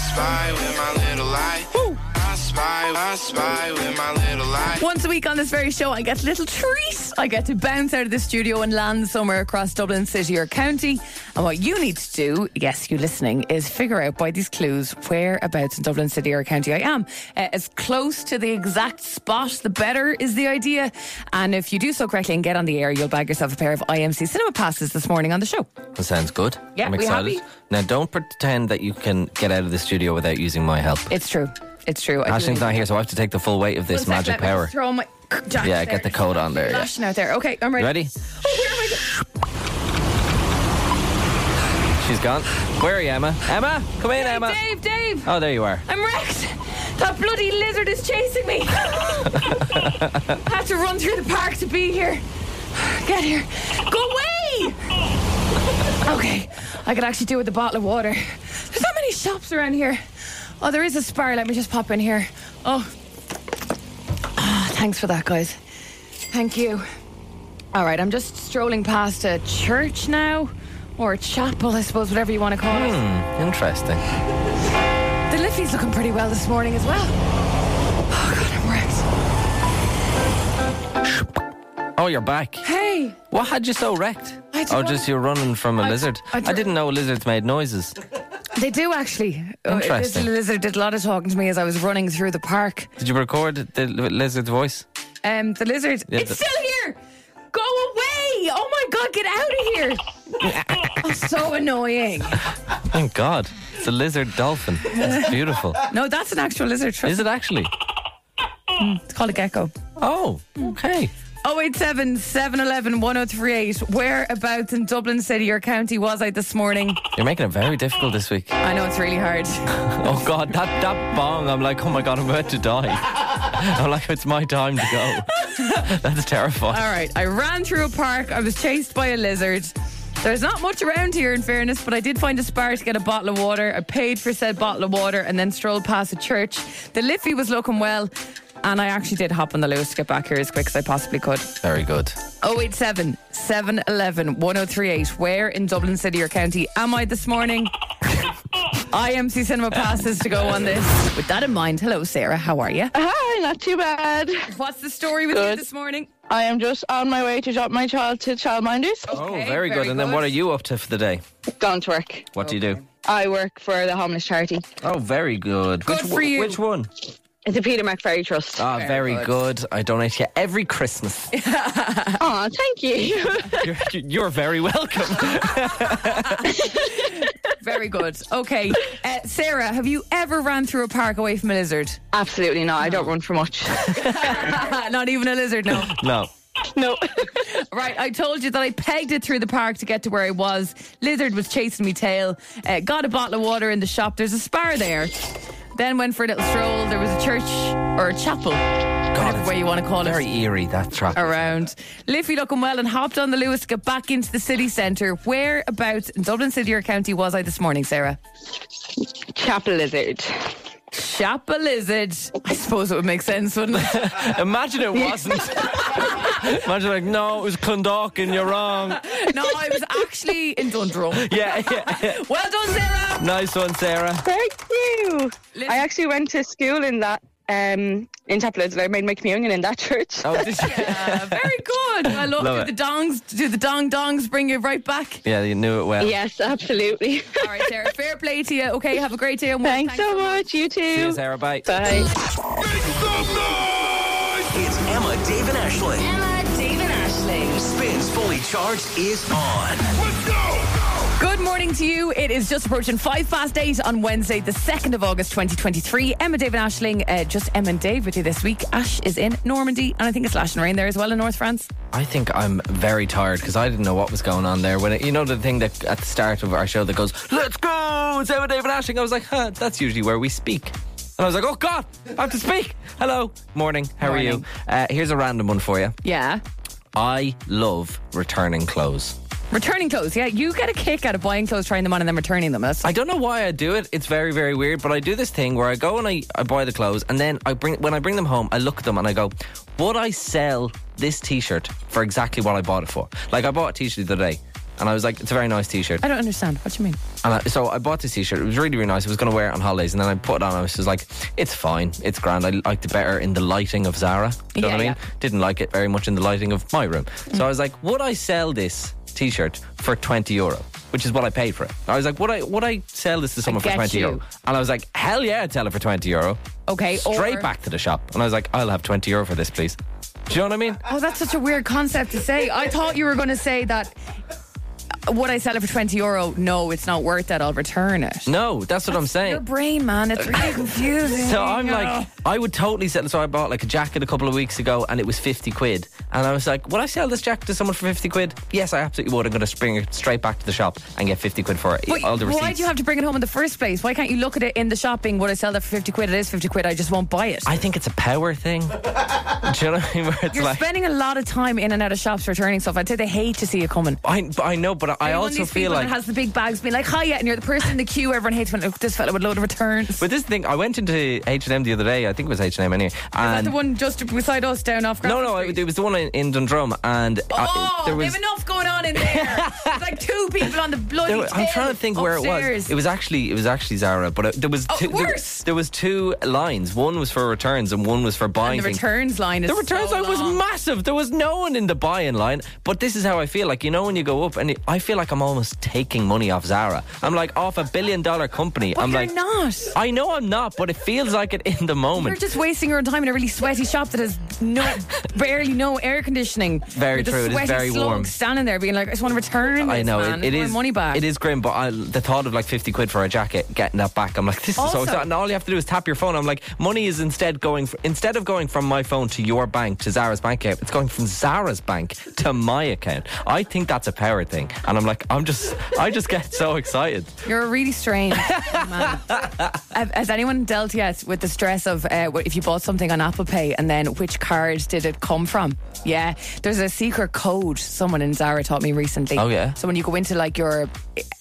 [SPEAKER 8] spy with my little eye. I spy, I spy with my little eye.
[SPEAKER 2] Once a week on this very show, I get a little treat. I get to bounce out of the studio and land somewhere across Dublin city or county. And what you need to do, yes, you listening, is figure out by these clues whereabouts in Dublin city or county I am. Uh, as close to the exact spot, the better is the idea. And if you do so correctly and get on the air, you'll bag yourself a pair of IMC cinema passes this morning on the show.
[SPEAKER 4] That sounds good.
[SPEAKER 2] Yeah,
[SPEAKER 4] I'm
[SPEAKER 2] we
[SPEAKER 4] excited.
[SPEAKER 2] happy?
[SPEAKER 4] Now, don't pretend that you can get out of the studio without using my help.
[SPEAKER 2] It's true. It's true. I do
[SPEAKER 4] Ashling's
[SPEAKER 2] need-
[SPEAKER 4] not here, so I have to take the full weight of this
[SPEAKER 2] One sec,
[SPEAKER 4] magic
[SPEAKER 2] let me
[SPEAKER 4] power.
[SPEAKER 2] just Throw my jacket
[SPEAKER 4] Yeah,
[SPEAKER 2] there.
[SPEAKER 4] get the coat on there. yeah.
[SPEAKER 2] Lashing out there. Okay, I'm
[SPEAKER 4] You
[SPEAKER 2] ready.
[SPEAKER 4] ready?
[SPEAKER 2] Oh, where am I go-
[SPEAKER 4] She's gone. Where are you, Emma? Emma, come in, Emma.
[SPEAKER 2] Dave, Dave.
[SPEAKER 4] Oh, there you are.
[SPEAKER 2] I'm wrecked. That bloody lizard is chasing me. I had to run through the park to be here. Get here. Go away! okay, I could actually do with a bottle of water. There's not many shops around here. Oh, there is a spar. Let me just pop in here. Oh. Ah, thanks for that, guys.
[SPEAKER 3] Thank you. All right, I'm just strolling past a church now, or a chapel, I suppose, whatever you want to call it.
[SPEAKER 4] Interesting.
[SPEAKER 3] The Liffey's looking pretty well this morning as well. Oh, God, I'm wrecked.
[SPEAKER 4] Oh, you're back.
[SPEAKER 3] Hey,
[SPEAKER 4] What had you so wrecked?
[SPEAKER 3] I don't
[SPEAKER 4] Oh,
[SPEAKER 3] know.
[SPEAKER 4] just you're running from a
[SPEAKER 3] I-
[SPEAKER 4] lizard.
[SPEAKER 3] I
[SPEAKER 4] I,
[SPEAKER 3] dr-
[SPEAKER 4] didn't know lizards made noises.
[SPEAKER 3] they do actually. Uh, This
[SPEAKER 4] Interesting.
[SPEAKER 3] little lizard did a lot of talking to me as I was running through the park.
[SPEAKER 4] Did you record the li- lizard's voice?
[SPEAKER 3] Um, the lizard,
[SPEAKER 4] Yeah,
[SPEAKER 3] it's
[SPEAKER 4] the-
[SPEAKER 3] still here. Go away! Oh my God, get out of here! oh, so annoying.
[SPEAKER 4] Thank God. It's a lizard dolphin. It's beautiful.
[SPEAKER 3] No, that's an actual lizard. Trust
[SPEAKER 4] Is it actually?
[SPEAKER 3] It's called a gecko.
[SPEAKER 4] Oh, okay.
[SPEAKER 3] 087 711 1038. Whereabouts in Dublin City or county was I this morning?
[SPEAKER 4] You're making it very difficult this week.
[SPEAKER 3] I know it's really hard.
[SPEAKER 4] Oh God, that that bong! I'm like, oh my God, I'm about to die. I'm like, it's my time to go. That's terrifying.
[SPEAKER 3] All right, I ran through a park. I was chased by a lizard. There's not much around here, in fairness, but I did find a spar to get a bottle of water. I paid for said bottle of water and then strolled past a church. The Liffey was looking well, and I actually did hop on the loose to get back here as quick as I possibly could.
[SPEAKER 4] Very good.
[SPEAKER 3] 087 711 1038. Where in Dublin City or County am I this morning? IMC Cinema passes to go on this. With that in mind, hello, Sarah. How are you?
[SPEAKER 9] Hi, not too bad.
[SPEAKER 3] What's the story with you
[SPEAKER 9] Good.
[SPEAKER 3] this morning?
[SPEAKER 9] I am just on my way to drop my child to childminders.
[SPEAKER 3] Okay,
[SPEAKER 4] oh, very good.
[SPEAKER 3] very
[SPEAKER 4] And then
[SPEAKER 3] good.
[SPEAKER 4] what are you up to for the day?
[SPEAKER 9] Gone to work.
[SPEAKER 4] What do you do?
[SPEAKER 9] I work for the homeless charity.
[SPEAKER 4] Oh, very good.
[SPEAKER 3] Good
[SPEAKER 4] which,
[SPEAKER 3] for you.
[SPEAKER 4] Which one?
[SPEAKER 9] It's the Peter McFerry Trust.
[SPEAKER 4] Ah, very good. I donate to you every Christmas.
[SPEAKER 9] Aw, thank you.
[SPEAKER 4] you're, you're very welcome.
[SPEAKER 3] Very good. Okay. Uh, Sarah, have you ever ran through a park away from a lizard?
[SPEAKER 9] Absolutely not. I don't run for much.
[SPEAKER 3] Not even a lizard, no.
[SPEAKER 4] no.
[SPEAKER 9] no.
[SPEAKER 3] Right, I told you that I pegged it through the park to get to where I was. Lizard was chasing me tail. Uh, got a bottle of water in the shop. There's a spar there. Then went for a little stroll. There was a church or a chapel, whatever
[SPEAKER 4] it's
[SPEAKER 3] way you want to call
[SPEAKER 4] Very
[SPEAKER 3] it,
[SPEAKER 4] eerie that track.
[SPEAKER 3] around. Liffey looking well and hopped on the Lewis to get back into the city centre. Whereabouts in Dublin City or County was I this morning, Sarah?
[SPEAKER 9] Chapel lizard.
[SPEAKER 3] Chapel Lizard. I suppose it would make sense, wouldn't it?
[SPEAKER 4] Imagine it wasn't. Imagine like, no, it was Clondalkin. You're wrong.
[SPEAKER 3] no, I was actually in Dundrum.
[SPEAKER 4] Yeah, yeah, yeah.
[SPEAKER 3] Well done, Sarah.
[SPEAKER 4] Nice one, Sarah.
[SPEAKER 9] Thank you. I actually went to school in that. Um, in Chapel Lizard, I made my communion in that church.
[SPEAKER 4] Oh, did you?
[SPEAKER 3] Uh, very good. I love,
[SPEAKER 4] Love
[SPEAKER 3] do
[SPEAKER 4] it.
[SPEAKER 3] the dongs. Do the dong dongs bring you right back?
[SPEAKER 4] Yeah, you knew it well.
[SPEAKER 9] Yes, absolutely.
[SPEAKER 3] All right, Sarah. Fair play to you. Okay, have a great day. And
[SPEAKER 9] Thanks, so much. You
[SPEAKER 4] See you,
[SPEAKER 9] too.
[SPEAKER 4] Sarah. Bye.
[SPEAKER 9] Bye.
[SPEAKER 1] It's Emma, Dave, and Ashling.
[SPEAKER 2] Emma, David, Ashling.
[SPEAKER 1] Spins Fully Charged is on.
[SPEAKER 3] Good morning to you. It is just approaching five past eight on Wednesday, the 2nd of August, 2023. Emma, Dave, and Ashling, uh, just Emma and Dave with you this week. Ash is in Normandy, and I think it's lashing rain there as well in North France.
[SPEAKER 4] I think I'm very tired because I didn't know what was going on there. When it, you know the thing that at the start of our show that goes, "Let's go," it's Emma, David, Ashing. I was like, "Huh, that's usually where we speak." And I was like, "Oh God, I have to speak." Hello, morning. How are you?
[SPEAKER 3] Morning.
[SPEAKER 4] Uh, here's a random one for you.
[SPEAKER 3] Yeah.
[SPEAKER 4] I love returning clothes.
[SPEAKER 3] Returning clothes. Yeah, you get a kick out of buying clothes, trying them on, and then returning them. That's
[SPEAKER 4] I don't know why I do it. It's very, very weird. But I do this thing where I go and I, I buy the clothes, and then I bring when I bring them home, I look at them and I go, "Would I sell this T-shirt for exactly what I bought it for?" Like I bought a T-shirt the other day, and I was like, "It's a very nice T-shirt."
[SPEAKER 3] I don't understand. What do you mean?
[SPEAKER 4] And I, so I bought this T-shirt. It was really, really nice. I was going to wear it on holidays, and then I put it on. I was just like, "It's fine. It's grand. I liked it better in the lighting of Zara. Do you know
[SPEAKER 3] Yeah,
[SPEAKER 4] what I mean?
[SPEAKER 3] yeah. Mm.
[SPEAKER 4] Didn't like it very much in the lighting of my room. So I was like, "Would I sell this T-shirt for twenty euro?" Which is what I paid for it. I was like, "Would I? Would I sell this to someone for
[SPEAKER 3] get
[SPEAKER 4] twenty
[SPEAKER 3] you.
[SPEAKER 4] euro?" And I was like, "Hell yeah, I'd sell it for twenty euro."
[SPEAKER 3] Okay,
[SPEAKER 4] Straight
[SPEAKER 3] or-
[SPEAKER 4] back to the shop, and I was like, "I'll have twenty euro for this, please." Do you know what I mean?
[SPEAKER 3] Oh, that's such a weird concept to say. I thought you were going to say that. uh, Would I sell it for twenty euro? No, it's not worth that. I'll return it.
[SPEAKER 4] No, that's what I'm saying.
[SPEAKER 3] Your brain, man, it's really confusing.
[SPEAKER 4] So I'm like, I would totally sell. So I bought like a jacket a couple of weeks ago, and it was fifty quid. And I was like, would I sell this jacket to someone for fifty quid? Yes, I absolutely would. I'm going to spring it straight back to the shop and get fifty quid for it.
[SPEAKER 3] But
[SPEAKER 4] All the receipts.
[SPEAKER 3] why do you have to bring it home in the first place? Why can't you look at it in the shopping? Would I sell that for fifty quid? It is fifty quid. I just won't buy it.
[SPEAKER 4] I think it's a power thing. do you know what I mean? Where it's
[SPEAKER 3] You're
[SPEAKER 4] like.
[SPEAKER 3] spending a lot of time in and out of shops returning stuff. I'd say they hate to see it coming.
[SPEAKER 4] I, but I know, but But I
[SPEAKER 3] You're one of
[SPEAKER 4] also
[SPEAKER 3] these
[SPEAKER 4] feel
[SPEAKER 3] people
[SPEAKER 4] like
[SPEAKER 3] that has the big bags, being like, "Hi," and you're the person in the queue. Everyone hates when look, this fella with a load of returns.
[SPEAKER 4] But this is the thing, I went into H and M the other day. I think it was H and M anyway.
[SPEAKER 3] That's
[SPEAKER 4] And
[SPEAKER 3] the one just beside us down off.
[SPEAKER 4] no,
[SPEAKER 3] Grafton
[SPEAKER 4] no,
[SPEAKER 3] Street.
[SPEAKER 4] it, it was the one in, in Dundrum, and uh,
[SPEAKER 3] Oh,
[SPEAKER 4] there
[SPEAKER 3] they
[SPEAKER 4] was.
[SPEAKER 3] have enough going on in there. There's like two people on the bloody.
[SPEAKER 4] there were- I'm
[SPEAKER 3] tail
[SPEAKER 4] trying to think where it was.
[SPEAKER 3] upstairs.
[SPEAKER 4] It was actually it was actually Zara, but uh, there was
[SPEAKER 3] Oh,
[SPEAKER 4] two, there,
[SPEAKER 3] worse.
[SPEAKER 4] there was two lines. One was for returns and one was for
[SPEAKER 3] And
[SPEAKER 4] buying.
[SPEAKER 3] the
[SPEAKER 4] things.
[SPEAKER 3] returns line is
[SPEAKER 4] The returns
[SPEAKER 3] so
[SPEAKER 4] line was
[SPEAKER 3] long.
[SPEAKER 4] massive. There was no one in the buy-in line. But this is how I feel. Like you know, when you go up, and it- I feel like I'm almost taking money off Zara. I'm like off a billion-dollar company.
[SPEAKER 3] But
[SPEAKER 4] I'm
[SPEAKER 3] you're
[SPEAKER 4] like,
[SPEAKER 3] not.
[SPEAKER 4] I know I'm not, but it feels like it in the
[SPEAKER 3] You're
[SPEAKER 4] moment.
[SPEAKER 3] just wasting your time in a really sweaty shop that has no, barely no air conditioning.
[SPEAKER 4] Very
[SPEAKER 3] You're the
[SPEAKER 4] true, it is
[SPEAKER 3] sweaty
[SPEAKER 4] very
[SPEAKER 3] slug
[SPEAKER 4] warm.
[SPEAKER 3] Standing there, being like, I just want to return.
[SPEAKER 4] I
[SPEAKER 3] this,
[SPEAKER 4] know
[SPEAKER 3] man.
[SPEAKER 4] it, it
[SPEAKER 3] It's
[SPEAKER 4] is
[SPEAKER 3] my money back.
[SPEAKER 4] It is grim, but I, the thought of like fifty quid for a jacket, getting that back, I'm like, this
[SPEAKER 3] Also-
[SPEAKER 4] is so. And all you have to do is tap your phone. I'm like, money is instead going fr- instead of going from my phone to your bank to Zara's bank account, it's going from Zara's bank to my account. I think that's a power thing, and I'm like, I'm just, I just get so excited.
[SPEAKER 3] You're really strange. man. Have- Has anyone dealt yet with the stress of uh, what- if you bought something on Apple Pay and then which card did it come from? Yeah, there's a secret code someone in Zara taught me recently.
[SPEAKER 4] Oh, yeah?
[SPEAKER 3] So when you go into like your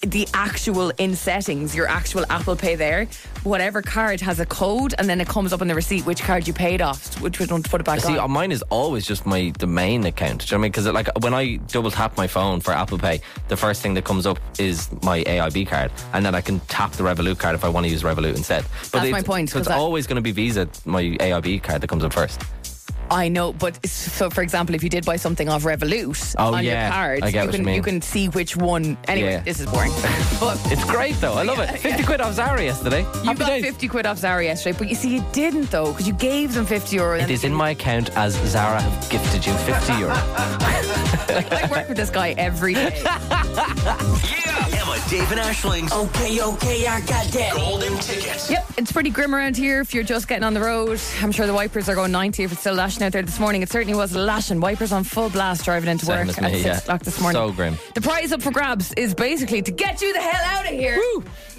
[SPEAKER 3] the actual in settings, your actual Apple Pay there, whatever card has a code, and then it comes up on the receipt which card you paid off, which we don't put it back
[SPEAKER 4] See,
[SPEAKER 3] on.
[SPEAKER 4] uh, mine is always just my the main account. Do you know what I mean? Because like when I double tap my phone for Apple Pay, the first thing that comes up is my AIB card, and then I can tap the Revolut card if I want to use Revolut instead. But
[SPEAKER 3] That's
[SPEAKER 4] it's-
[SPEAKER 3] my point,
[SPEAKER 4] So it's
[SPEAKER 3] 'cause I-
[SPEAKER 4] always going to be Visa, my AIB card that comes up first.
[SPEAKER 3] I know, but s- so for example, if you did buy something off Revolut
[SPEAKER 4] Oh,
[SPEAKER 3] on
[SPEAKER 4] yeah.
[SPEAKER 3] your card,
[SPEAKER 4] I get
[SPEAKER 3] you
[SPEAKER 4] what
[SPEAKER 3] can
[SPEAKER 4] you mean.
[SPEAKER 3] can see which one. Anyway,
[SPEAKER 4] Yeah.
[SPEAKER 3] this is boring, but.
[SPEAKER 4] It's great though. I love it. Fifty quid off Zara yesterday.
[SPEAKER 3] You
[SPEAKER 4] Happy
[SPEAKER 3] got
[SPEAKER 4] days.
[SPEAKER 3] 50 quid off Zara yesterday, but you see, you didn't though, because you gave them 50 euro.
[SPEAKER 4] It is in my account as Zara have gifted you fifty euro.
[SPEAKER 3] I work with this guy every day.
[SPEAKER 1] Emma, Dave, and Ashling's
[SPEAKER 10] Okay, okay, I got that.
[SPEAKER 1] Golden Ticket.
[SPEAKER 3] yep, it's pretty grim around here if you're just getting on the road. I'm sure the wipers are going 90 if it's still lashing out there this morning. It certainly was lashing. Wipers on full blast driving into
[SPEAKER 4] Same
[SPEAKER 3] work
[SPEAKER 4] as me,
[SPEAKER 3] at 6
[SPEAKER 4] yeah.
[SPEAKER 3] o'clock this morning.
[SPEAKER 4] So grim.
[SPEAKER 3] The prize up for grabs is basically to get you the hell out of here.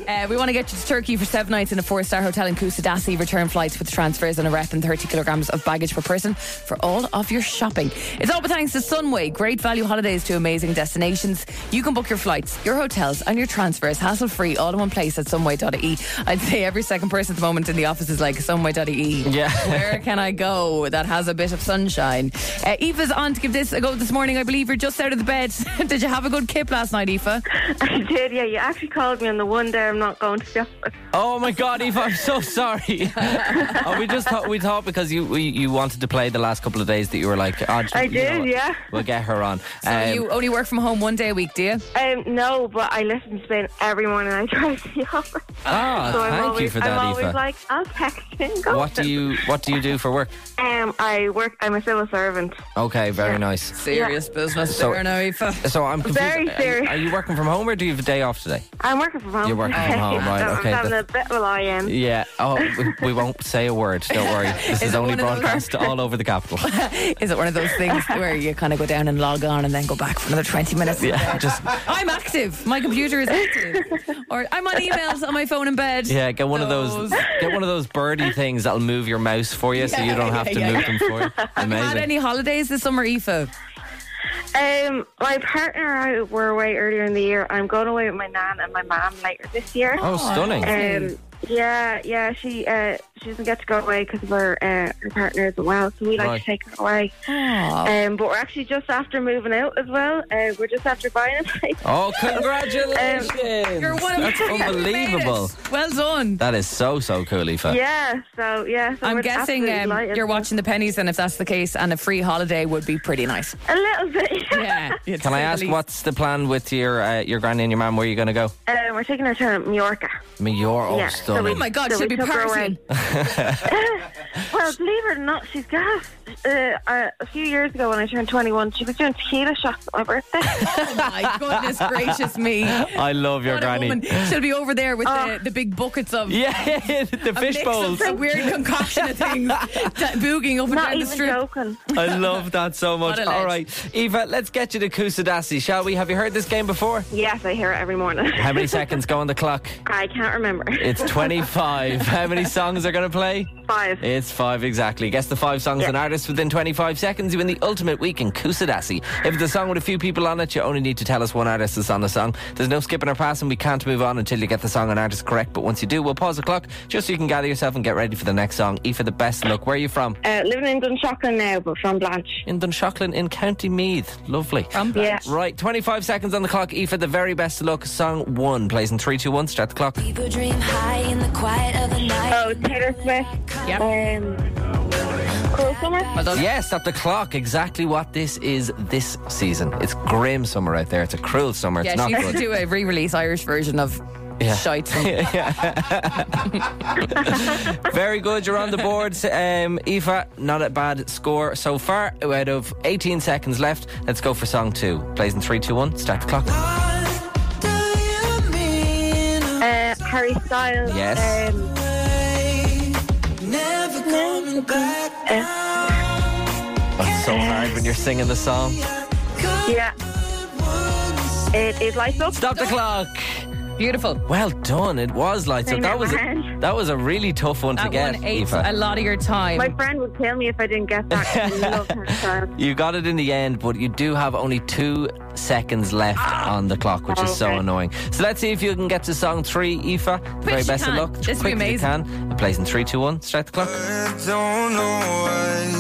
[SPEAKER 3] Uh, we want to get you to Turkey for seven nights in a four-star hotel in Kusadasi. Return flights with transfers and a rep and 30 kilograms of baggage per person for all of your shopping. It's all but thanks to Sunway. Great value holidays to amazing destinations. You can book your flights, your hotels and your transfers hassle-free all in one place at sunway.ie. I'd say every second person at the moment in the office is like sunway.ie.
[SPEAKER 4] Yeah.
[SPEAKER 3] Where can I go that has a bit of sunshine? Uh, Eva's on to give this a go this morning. I believe you're just out of the bed. Did you have a good kip last night, Eva?
[SPEAKER 11] I did, yeah. You actually called me on the one day I'm not going to shop.
[SPEAKER 4] Oh my God, Eva, I'm so sorry. oh, we just thought we thought because you we, you wanted to play the last couple of days that you were like, oh, do you-
[SPEAKER 11] I
[SPEAKER 4] you
[SPEAKER 11] did,
[SPEAKER 4] know what?
[SPEAKER 11] yeah.
[SPEAKER 4] We'll get her on. Um,
[SPEAKER 2] uh,
[SPEAKER 3] you only work from home one day a week, do you?
[SPEAKER 11] Um, no, but I listen to Spain every morning. I drive to the office.
[SPEAKER 4] ah,
[SPEAKER 11] so I'm
[SPEAKER 4] thank
[SPEAKER 11] always,
[SPEAKER 4] you for that,
[SPEAKER 11] I'm always
[SPEAKER 4] Aoife.
[SPEAKER 11] like, "Oh, I'll text you and go.
[SPEAKER 4] what do you What do you do for work?
[SPEAKER 11] Um, I work. I'm a civil servant.
[SPEAKER 4] Okay, very nice.
[SPEAKER 3] Serious business
[SPEAKER 4] So-
[SPEAKER 3] there now, Eva.
[SPEAKER 4] So I'm confused.
[SPEAKER 11] Very
[SPEAKER 4] Are you-
[SPEAKER 11] serious.
[SPEAKER 4] Are you working from home or do you have a day off today?
[SPEAKER 11] I'm working from home.
[SPEAKER 4] You're working from home, right,
[SPEAKER 11] I'm
[SPEAKER 4] okay,
[SPEAKER 11] having
[SPEAKER 4] that's-
[SPEAKER 11] a bit of a lie in.
[SPEAKER 4] Yeah. Oh, we- we won't say a word. Don't worry. This is,
[SPEAKER 3] it
[SPEAKER 4] only
[SPEAKER 3] one of those-
[SPEAKER 4] broadcast all over the capital.
[SPEAKER 3] Is it one of those things where you kind of go down and log on and then go back for another 20 minutes?
[SPEAKER 4] yeah. Just
[SPEAKER 3] I'm active. My computer is active. or I'm on emails on my phone in bed.
[SPEAKER 4] yeah. Get one of those. Get one of those birdie things that'll move your mouse for you, so you don't have to
[SPEAKER 3] yeah,
[SPEAKER 4] move them for you.
[SPEAKER 3] Had
[SPEAKER 4] Amazing.
[SPEAKER 3] any holidays this summer, Eva?
[SPEAKER 11] Um, my partner and I were away earlier in the year. I'm going away with my nan and my mum later this year.
[SPEAKER 4] oh, stunning.
[SPEAKER 11] Um, yeah, yeah, she uh, she doesn't get to go away because of her, uh, her partner as well, so we like
[SPEAKER 4] Right.
[SPEAKER 11] to take her away.
[SPEAKER 3] Aw.
[SPEAKER 11] Um, but we're actually just after moving out as well. Uh, we're just after buying a place.
[SPEAKER 4] Oh, congratulations!
[SPEAKER 3] You're one of
[SPEAKER 4] That's
[SPEAKER 3] three. You made it.
[SPEAKER 4] unbelievable.
[SPEAKER 3] Well done.
[SPEAKER 4] That is so so cool, Aoife.
[SPEAKER 11] Yeah, so yeah. So
[SPEAKER 3] I'm
[SPEAKER 11] we're
[SPEAKER 3] guessing
[SPEAKER 11] absolutely
[SPEAKER 3] um,
[SPEAKER 11] delighted.
[SPEAKER 3] you're watching the pennies, and if that's the case, and a free holiday would be pretty nice.
[SPEAKER 11] a little bit.
[SPEAKER 3] Yeah.
[SPEAKER 4] Can I ask what's the plan with your uh, your granny and your mum? Where are you going to go?
[SPEAKER 11] um, we're taking her to Mallorca.
[SPEAKER 4] I mean, you're all
[SPEAKER 11] Yeah, so
[SPEAKER 4] stunning.
[SPEAKER 3] Oh my God,
[SPEAKER 11] So
[SPEAKER 3] should
[SPEAKER 11] we
[SPEAKER 3] be
[SPEAKER 11] took her
[SPEAKER 3] partying.
[SPEAKER 11] Well, believe it or not, she's gas. Uh, uh, a few years ago when I turned 21, she was doing tequila shots at my birthday.
[SPEAKER 3] Oh my goodness gracious me.
[SPEAKER 4] I love your
[SPEAKER 3] What a
[SPEAKER 4] granny.
[SPEAKER 3] woman. She'll be over there with
[SPEAKER 11] Oh.
[SPEAKER 3] the, the big buckets of.
[SPEAKER 4] Yeah, the
[SPEAKER 3] a
[SPEAKER 4] fish
[SPEAKER 3] mix
[SPEAKER 4] bowls.
[SPEAKER 3] Of some weird concoction of things, that booging up and down
[SPEAKER 11] not
[SPEAKER 3] the
[SPEAKER 11] even
[SPEAKER 3] street.
[SPEAKER 11] joking.
[SPEAKER 4] I love that so much.
[SPEAKER 3] What a
[SPEAKER 4] All
[SPEAKER 3] legend.
[SPEAKER 4] right, Eva, let's get you to Kusadasi, shall we? Have you heard this game before?
[SPEAKER 11] Yes, I hear it every morning.
[SPEAKER 4] How many seconds go on the clock?
[SPEAKER 11] I can't remember.
[SPEAKER 4] It's 25. How many songs are going to play?
[SPEAKER 11] five.
[SPEAKER 4] It's five exactly. Guess the five songs and artists within 25 seconds. You win the ultimate week in Kusadasi. If it's a song with a few people on it, you only need to tell us one artist that's on the song. There's no skipping or passing. We can't move on until you get the song and artist correct. But once you do, we'll pause the clock just so you can gather yourself and get ready for the next song. E for the best look. Where are you from?
[SPEAKER 11] Uh, living in Dunshaughlin now, but from Blanche.
[SPEAKER 4] In Dunshaughlin in County Meath. Lovely.
[SPEAKER 11] Yeah.
[SPEAKER 4] Right, 25 seconds on the clock. E for the very best look. Song one plays in three, two, one. Start the clock.
[SPEAKER 12] People dream high in the quiet of the night.
[SPEAKER 11] Oh, Taylor Swift.
[SPEAKER 3] Yep.
[SPEAKER 11] Um, Cruel Summer.
[SPEAKER 3] Well done.
[SPEAKER 4] Yes, at the clock. Exactly what this is this season. It's grim summer out there. It's a cruel summer. It's
[SPEAKER 3] Yeah,
[SPEAKER 4] not
[SPEAKER 3] she used to
[SPEAKER 4] good.
[SPEAKER 3] do a re-release Irish version of
[SPEAKER 4] Yeah.
[SPEAKER 3] Shite.
[SPEAKER 4] Very good. You're on the board, um, Eva. Not a bad score so far. Out of 18 seconds left, let's go for song two. Plays in three, two, one. Start the clock.
[SPEAKER 11] Uh, Harry Styles.
[SPEAKER 4] Yes.
[SPEAKER 11] Um, uh,
[SPEAKER 4] That's so hard when you're singing the song.
[SPEAKER 11] yeah. It is lights up.
[SPEAKER 4] Stop the clock.
[SPEAKER 3] Beautiful.
[SPEAKER 4] Well done. It was lights up.
[SPEAKER 11] Sing
[SPEAKER 4] That
[SPEAKER 11] it,
[SPEAKER 4] was a,
[SPEAKER 11] man.
[SPEAKER 4] that was a really tough one to
[SPEAKER 3] That
[SPEAKER 4] get,
[SPEAKER 3] one ate
[SPEAKER 4] Aoife.
[SPEAKER 3] a lot of your
[SPEAKER 11] My
[SPEAKER 3] time.
[SPEAKER 11] friend would kill me if I didn't get that. 'cause I love Harry Styles.
[SPEAKER 4] You got it in the end, but you do have only two seconds left
[SPEAKER 3] Ah,
[SPEAKER 4] on the clock, which is so
[SPEAKER 11] Okay.
[SPEAKER 4] annoying. So let's see if you can get to song three, Aoife. The very
[SPEAKER 3] you
[SPEAKER 4] best
[SPEAKER 3] can.
[SPEAKER 4] of luck.
[SPEAKER 3] This will be
[SPEAKER 4] Quick as you
[SPEAKER 3] amazing.
[SPEAKER 4] can. It plays in three, two, one. Start the clock.
[SPEAKER 8] Don't know why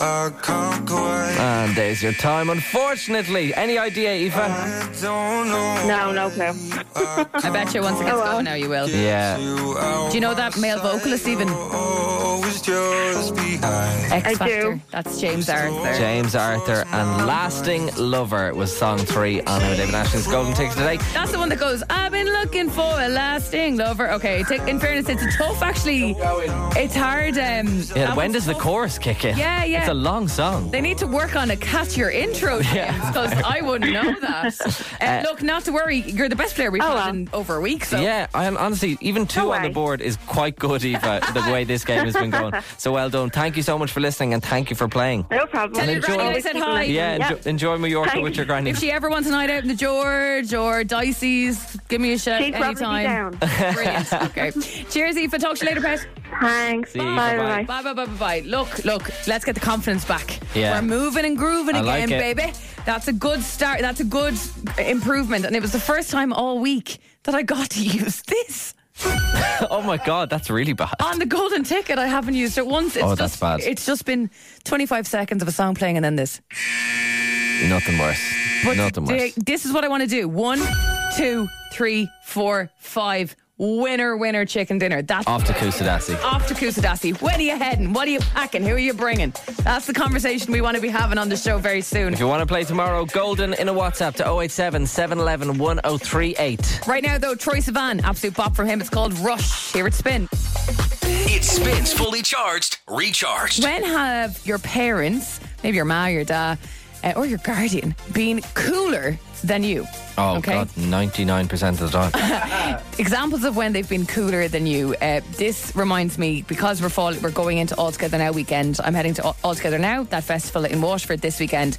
[SPEAKER 8] I can't quite.
[SPEAKER 4] And there's your time, unfortunately. Any idea, Aoife?
[SPEAKER 8] Don't know
[SPEAKER 11] No, no clue.
[SPEAKER 3] I bet you once it gets
[SPEAKER 11] Oh, well.
[SPEAKER 3] going now you will.
[SPEAKER 4] Yeah.
[SPEAKER 8] you out.
[SPEAKER 3] Do you know that male vocalist even?
[SPEAKER 8] Always just behind.
[SPEAKER 3] X
[SPEAKER 11] I
[SPEAKER 3] Factor.
[SPEAKER 11] do.
[SPEAKER 3] That's James Arthur.
[SPEAKER 4] James Arthur and Lasting Lover was song three on our David Ashton's Golden Ticket today.
[SPEAKER 3] That's the one that goes, I've been looking for a lasting lover. Okay, take, in fairness, it's tough actually. It's hard. Um,
[SPEAKER 4] Yeah,
[SPEAKER 3] that
[SPEAKER 4] when
[SPEAKER 3] one's
[SPEAKER 4] does the
[SPEAKER 3] tough.
[SPEAKER 4] chorus kick in?
[SPEAKER 3] Yeah, yeah.
[SPEAKER 4] It's a long song.
[SPEAKER 3] They need to work on a catch your intro
[SPEAKER 4] Yeah.
[SPEAKER 3] because I wouldn't know that. Uh,
[SPEAKER 4] Uh,
[SPEAKER 3] look, not to worry, you're the best player we've
[SPEAKER 11] Oh,
[SPEAKER 3] had
[SPEAKER 11] well.
[SPEAKER 3] in over a week. So
[SPEAKER 4] Yeah, I honestly, even two
[SPEAKER 11] No
[SPEAKER 4] on the
[SPEAKER 11] way.
[SPEAKER 4] board is quite good, Eva, the way this game has been going. So well done. Thank you so much for listening and thank you for playing.
[SPEAKER 11] No problem.
[SPEAKER 3] Tell your
[SPEAKER 4] Enjoy.
[SPEAKER 3] granny I said hi.
[SPEAKER 4] Yeah,
[SPEAKER 11] Yep.
[SPEAKER 4] enjoy, enjoy Mallorca
[SPEAKER 11] Thank
[SPEAKER 4] with your
[SPEAKER 11] you.
[SPEAKER 4] granny.
[SPEAKER 3] If she ever wants a night out in the George or Dicey's, give me a shout
[SPEAKER 11] She's probably
[SPEAKER 3] anytime.
[SPEAKER 11] down.
[SPEAKER 3] Brilliant. Okay. Cheers, Eva. Talk to you later, Pet.
[SPEAKER 11] Thanks.
[SPEAKER 4] See you,
[SPEAKER 11] Bye
[SPEAKER 4] bye-bye.
[SPEAKER 3] Bye,
[SPEAKER 11] bye.
[SPEAKER 3] bye, bye, bye, bye. Look, look, let's get the confidence back.
[SPEAKER 4] Yeah.
[SPEAKER 3] We're moving and grooving
[SPEAKER 4] I
[SPEAKER 3] again,
[SPEAKER 4] like it.
[SPEAKER 3] baby. That's a good start. That's a good improvement. And it was the first time all week that I got to use this.
[SPEAKER 4] oh my God, that's really bad.
[SPEAKER 3] On the golden ticket, I haven't used it once. It's
[SPEAKER 4] Oh,
[SPEAKER 3] just,
[SPEAKER 4] that's bad.
[SPEAKER 3] It's just been 25 seconds of a song playing and then this.
[SPEAKER 4] Nothing worse. Nothing
[SPEAKER 3] today-
[SPEAKER 4] worse.
[SPEAKER 3] This is what I want to do. One, two, three, four, five. Winner, winner, chicken dinner. That's
[SPEAKER 4] Off to Kusadasi.
[SPEAKER 3] off to Kusadasi. When are you heading? What are you packing? Who are you bringing? That's the conversation we want to be having on the show very soon.
[SPEAKER 4] If you want to play tomorrow, Golden in a WhatsApp to 087 711 1038.
[SPEAKER 3] Right now, though, Troy Sivan, absolute bop from him. It's called Rush. Here at Spin.
[SPEAKER 1] It spins fully charged, recharged.
[SPEAKER 3] When have your parents, maybe your ma, your dad, uh, or your guardian, been cooler than you?
[SPEAKER 4] Oh, God, 99% of the time.
[SPEAKER 3] examples of when they've been cooler than you. Uh, this reminds me because we're fall, we're going into All Together Now weekend. I'm heading to All- All Together Now, that festival in Waterford this weekend.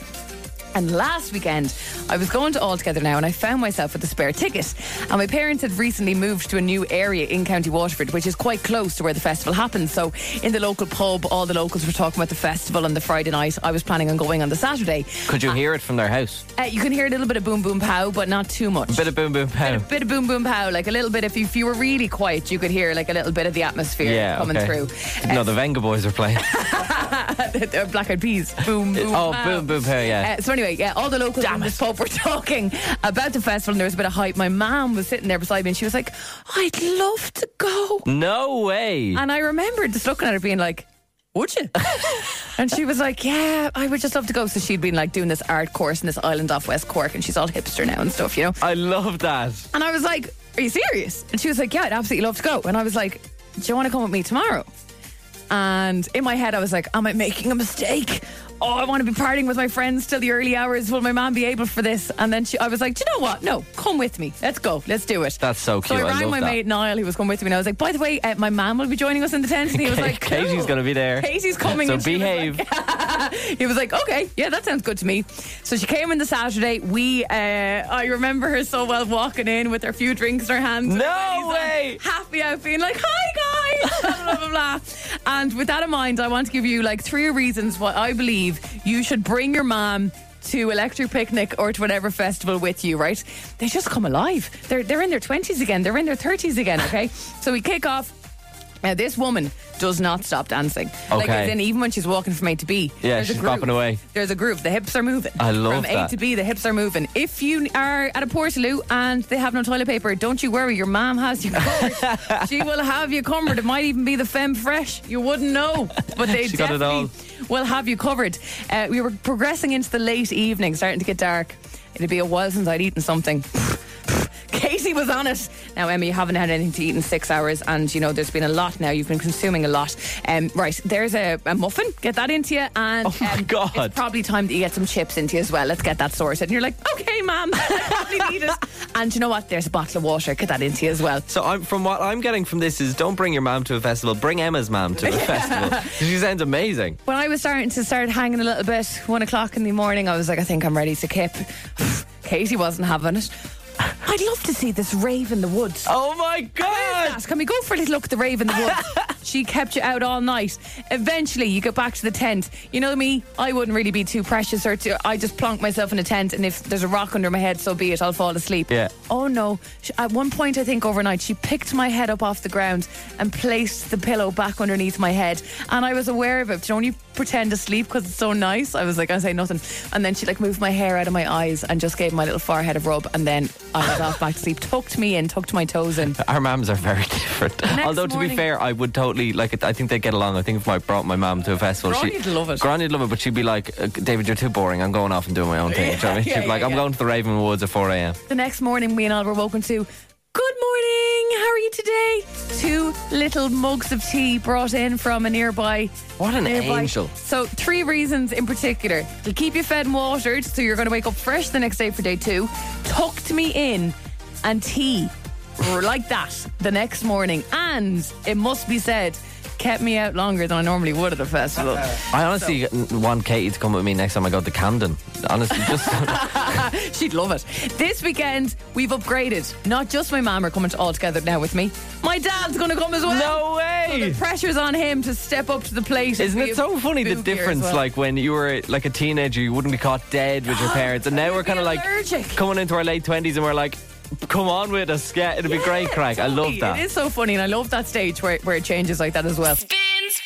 [SPEAKER 3] And last weekend, I was going to All Together Now and I found myself with a spare ticket. And my parents had recently moved to a new area in County Waterford, which is quite close to where the festival happens. So in the local pub, all the locals were talking about the festival on the Friday night. I was planning on going on the Saturday.
[SPEAKER 4] Could you hear it from their house?
[SPEAKER 3] Uh, you can hear a little bit of boom, boom, pow, but not too much
[SPEAKER 4] Bit of boom, boom, pow.
[SPEAKER 3] bit of boom boom pow like a little bit if you, if you were really quiet you could hear like a little bit of the atmosphere
[SPEAKER 4] Yeah,
[SPEAKER 3] coming
[SPEAKER 4] okay.
[SPEAKER 3] through
[SPEAKER 4] No, the Venga Boys are playing.
[SPEAKER 3] the black eyed peas boom boom
[SPEAKER 4] oh,
[SPEAKER 3] pow.
[SPEAKER 4] boom, boom, pow, yeah.
[SPEAKER 3] Uh, so anyway, yeah, all the locals in this pub were talking about the festival, and there was a bit of hype. My mum was sitting there beside me, and she was like, "I'd love to go,"
[SPEAKER 4] No way.
[SPEAKER 3] and I remember just looking at her, being like, "Would you?" and she was like, "Yeah, I would just love to go." So she'd been like doing this art course in this island off West Cork, and she's all hipster now and stuff, you know.
[SPEAKER 4] I love that.
[SPEAKER 3] And I was like, Are you serious? And she was like, Yeah, I'd absolutely love to go. And I was like, Do you want to come with me tomorrow? And in my head, I was like, Am I making a mistake? Oh, I want to be partying with my friends till the early hours. Will my mom be able for this? And then she, I was like, Do you know what? No, come with me. Let's go. Let's do it.
[SPEAKER 4] That's so
[SPEAKER 3] So
[SPEAKER 4] cute.
[SPEAKER 3] I
[SPEAKER 4] I
[SPEAKER 3] rang
[SPEAKER 4] love
[SPEAKER 3] my
[SPEAKER 4] that.
[SPEAKER 3] mate Niall, who was coming with me, and I was like, By the way, uh, my mom will be joining us in the tent. And he was like,
[SPEAKER 4] Katie's
[SPEAKER 3] cool.
[SPEAKER 4] going to be there.
[SPEAKER 3] Katie's coming.
[SPEAKER 4] So
[SPEAKER 3] and she was like-
[SPEAKER 4] behave.
[SPEAKER 3] he was like, okay, yeah, that sounds good to me. So she came in the Saturday. We, uh, I remember her so well walking in with her few drinks in her hands.
[SPEAKER 4] No
[SPEAKER 3] Everybody's, um,
[SPEAKER 4] way!
[SPEAKER 3] Happy out, being like, hi blah, blah, blah, blah. And with that in mind, I want to give you like three reasons why I believe you should bring your mom to Electric Picnic or to whatever festival with you, right? They just come alive. They're, they're in their 20s again. They're in their 30s again, okay? so we kick off. Now, this woman does not stop dancing. Like,
[SPEAKER 4] Okay.
[SPEAKER 3] as in, even when she's walking from A to B,
[SPEAKER 4] Yeah,
[SPEAKER 3] there's a
[SPEAKER 4] she's
[SPEAKER 3] groove.
[SPEAKER 4] bopping away.
[SPEAKER 3] There's a groove. The hips are moving.
[SPEAKER 4] I love
[SPEAKER 3] From A
[SPEAKER 4] that.
[SPEAKER 3] to B, the hips are moving. If you are at a Portaloo and they have no toilet paper, don't you worry. Your mom has you covered. she will have you covered. It might even be the Femme Fresh. You wouldn't know, but they
[SPEAKER 4] She got it
[SPEAKER 3] definitely
[SPEAKER 4] all.
[SPEAKER 3] will have you covered. Uh, we were progressing into the late evening, starting to get dark. It'd be a while since I'd eaten something. Katie was on it. Now, Emma, you haven't had anything to eat in six hours, and you know there's been a lot now. You've been consuming a lot. Um, right, there's a, a muffin. Get that into you, and
[SPEAKER 4] Oh my
[SPEAKER 3] um,
[SPEAKER 4] God.
[SPEAKER 3] it's probably time that you get some chips into you as well. Let's get that sorted. And you're like, okay, ma'am, I probably need it. And you know what? There's a bottle of water. Get that into you as well.
[SPEAKER 4] So I'm, from what I'm getting from this is don't bring your mom to a festival. Bring Emma's mom to a festival. She sounds amazing.
[SPEAKER 3] When I was starting to start hanging a little bit, one o'clock in the morning, I was like, I think I'm ready to kip. Katie wasn't having it. I'd love to see this rave in the woods.
[SPEAKER 4] Oh my god!
[SPEAKER 3] Yes, Can we go for a little look at the rave in the woods? she kept you out all night. Eventually, you get back to the tent. You know me, I wouldn't really be too precious or too. I just plonk myself in a tent, and if there's a rock under my head, so be it. I'll fall asleep.
[SPEAKER 4] Yeah.
[SPEAKER 3] Oh no! She- At one point, I think overnight, she picked my head up off the ground and placed the pillow back underneath my head, and I was aware of it. But you only pretend to sleep because it's so nice. I was like, I say nothing, and then she like moved my hair out of my eyes and just gave my little forehead a rub, and then I was off back to sleep. Tucked me in, tucked my toes in.
[SPEAKER 4] Our moms are very different. Although to
[SPEAKER 3] morning-
[SPEAKER 4] be fair, I would totally like. it. I think they would get along. I think if I brought my mom to a festival,
[SPEAKER 3] Granny'd love it.
[SPEAKER 4] Granny'd love it, but she'd be like, uh, "David, you're too boring. I'm going off and doing my own thing." Do you know what I mean?
[SPEAKER 3] Yeah,
[SPEAKER 4] She'd be
[SPEAKER 3] yeah,
[SPEAKER 4] like, "I'm
[SPEAKER 3] yeah.
[SPEAKER 4] going to the Raven Woods at 4 a.m."
[SPEAKER 3] The next morning, me and Al were woken to, Good morning, how are you today? Two little mugs of tea brought in from a nearby.
[SPEAKER 4] What an
[SPEAKER 3] nearby-
[SPEAKER 4] angel.
[SPEAKER 3] So, three reasons in particular. It'll keep you fed and watered, so you're going to wake up fresh the next day for day two. Tucked me in and tea like that the next morning. And it must be said, kept me out longer than I normally would at a festival.
[SPEAKER 4] I honestly want Katie to come with me next time I go to Camden. Honestly, just
[SPEAKER 3] She'd love it. This weekend, we've upgraded. Not just my mum are coming to all together now with me. My dad's going to come as well.
[SPEAKER 4] no
[SPEAKER 3] The
[SPEAKER 4] way.
[SPEAKER 3] pressure's on him to step up to the plate. and
[SPEAKER 4] Isn't
[SPEAKER 3] be
[SPEAKER 4] it
[SPEAKER 3] a
[SPEAKER 4] so funny the
[SPEAKER 3] boob gear as
[SPEAKER 4] difference?
[SPEAKER 3] well.
[SPEAKER 4] Like when you were like a teenager, you wouldn't be caught dead with your parents, and now we're
[SPEAKER 3] I'd be
[SPEAKER 4] kind of like
[SPEAKER 3] allergic.
[SPEAKER 4] coming into our late twenties, and we're like, "Come on with us, yeah, it'll be great, crack." I love
[SPEAKER 3] Totally.
[SPEAKER 4] that.
[SPEAKER 3] It is so funny, and I love that stage where, where it changes like that as well.
[SPEAKER 2] Spins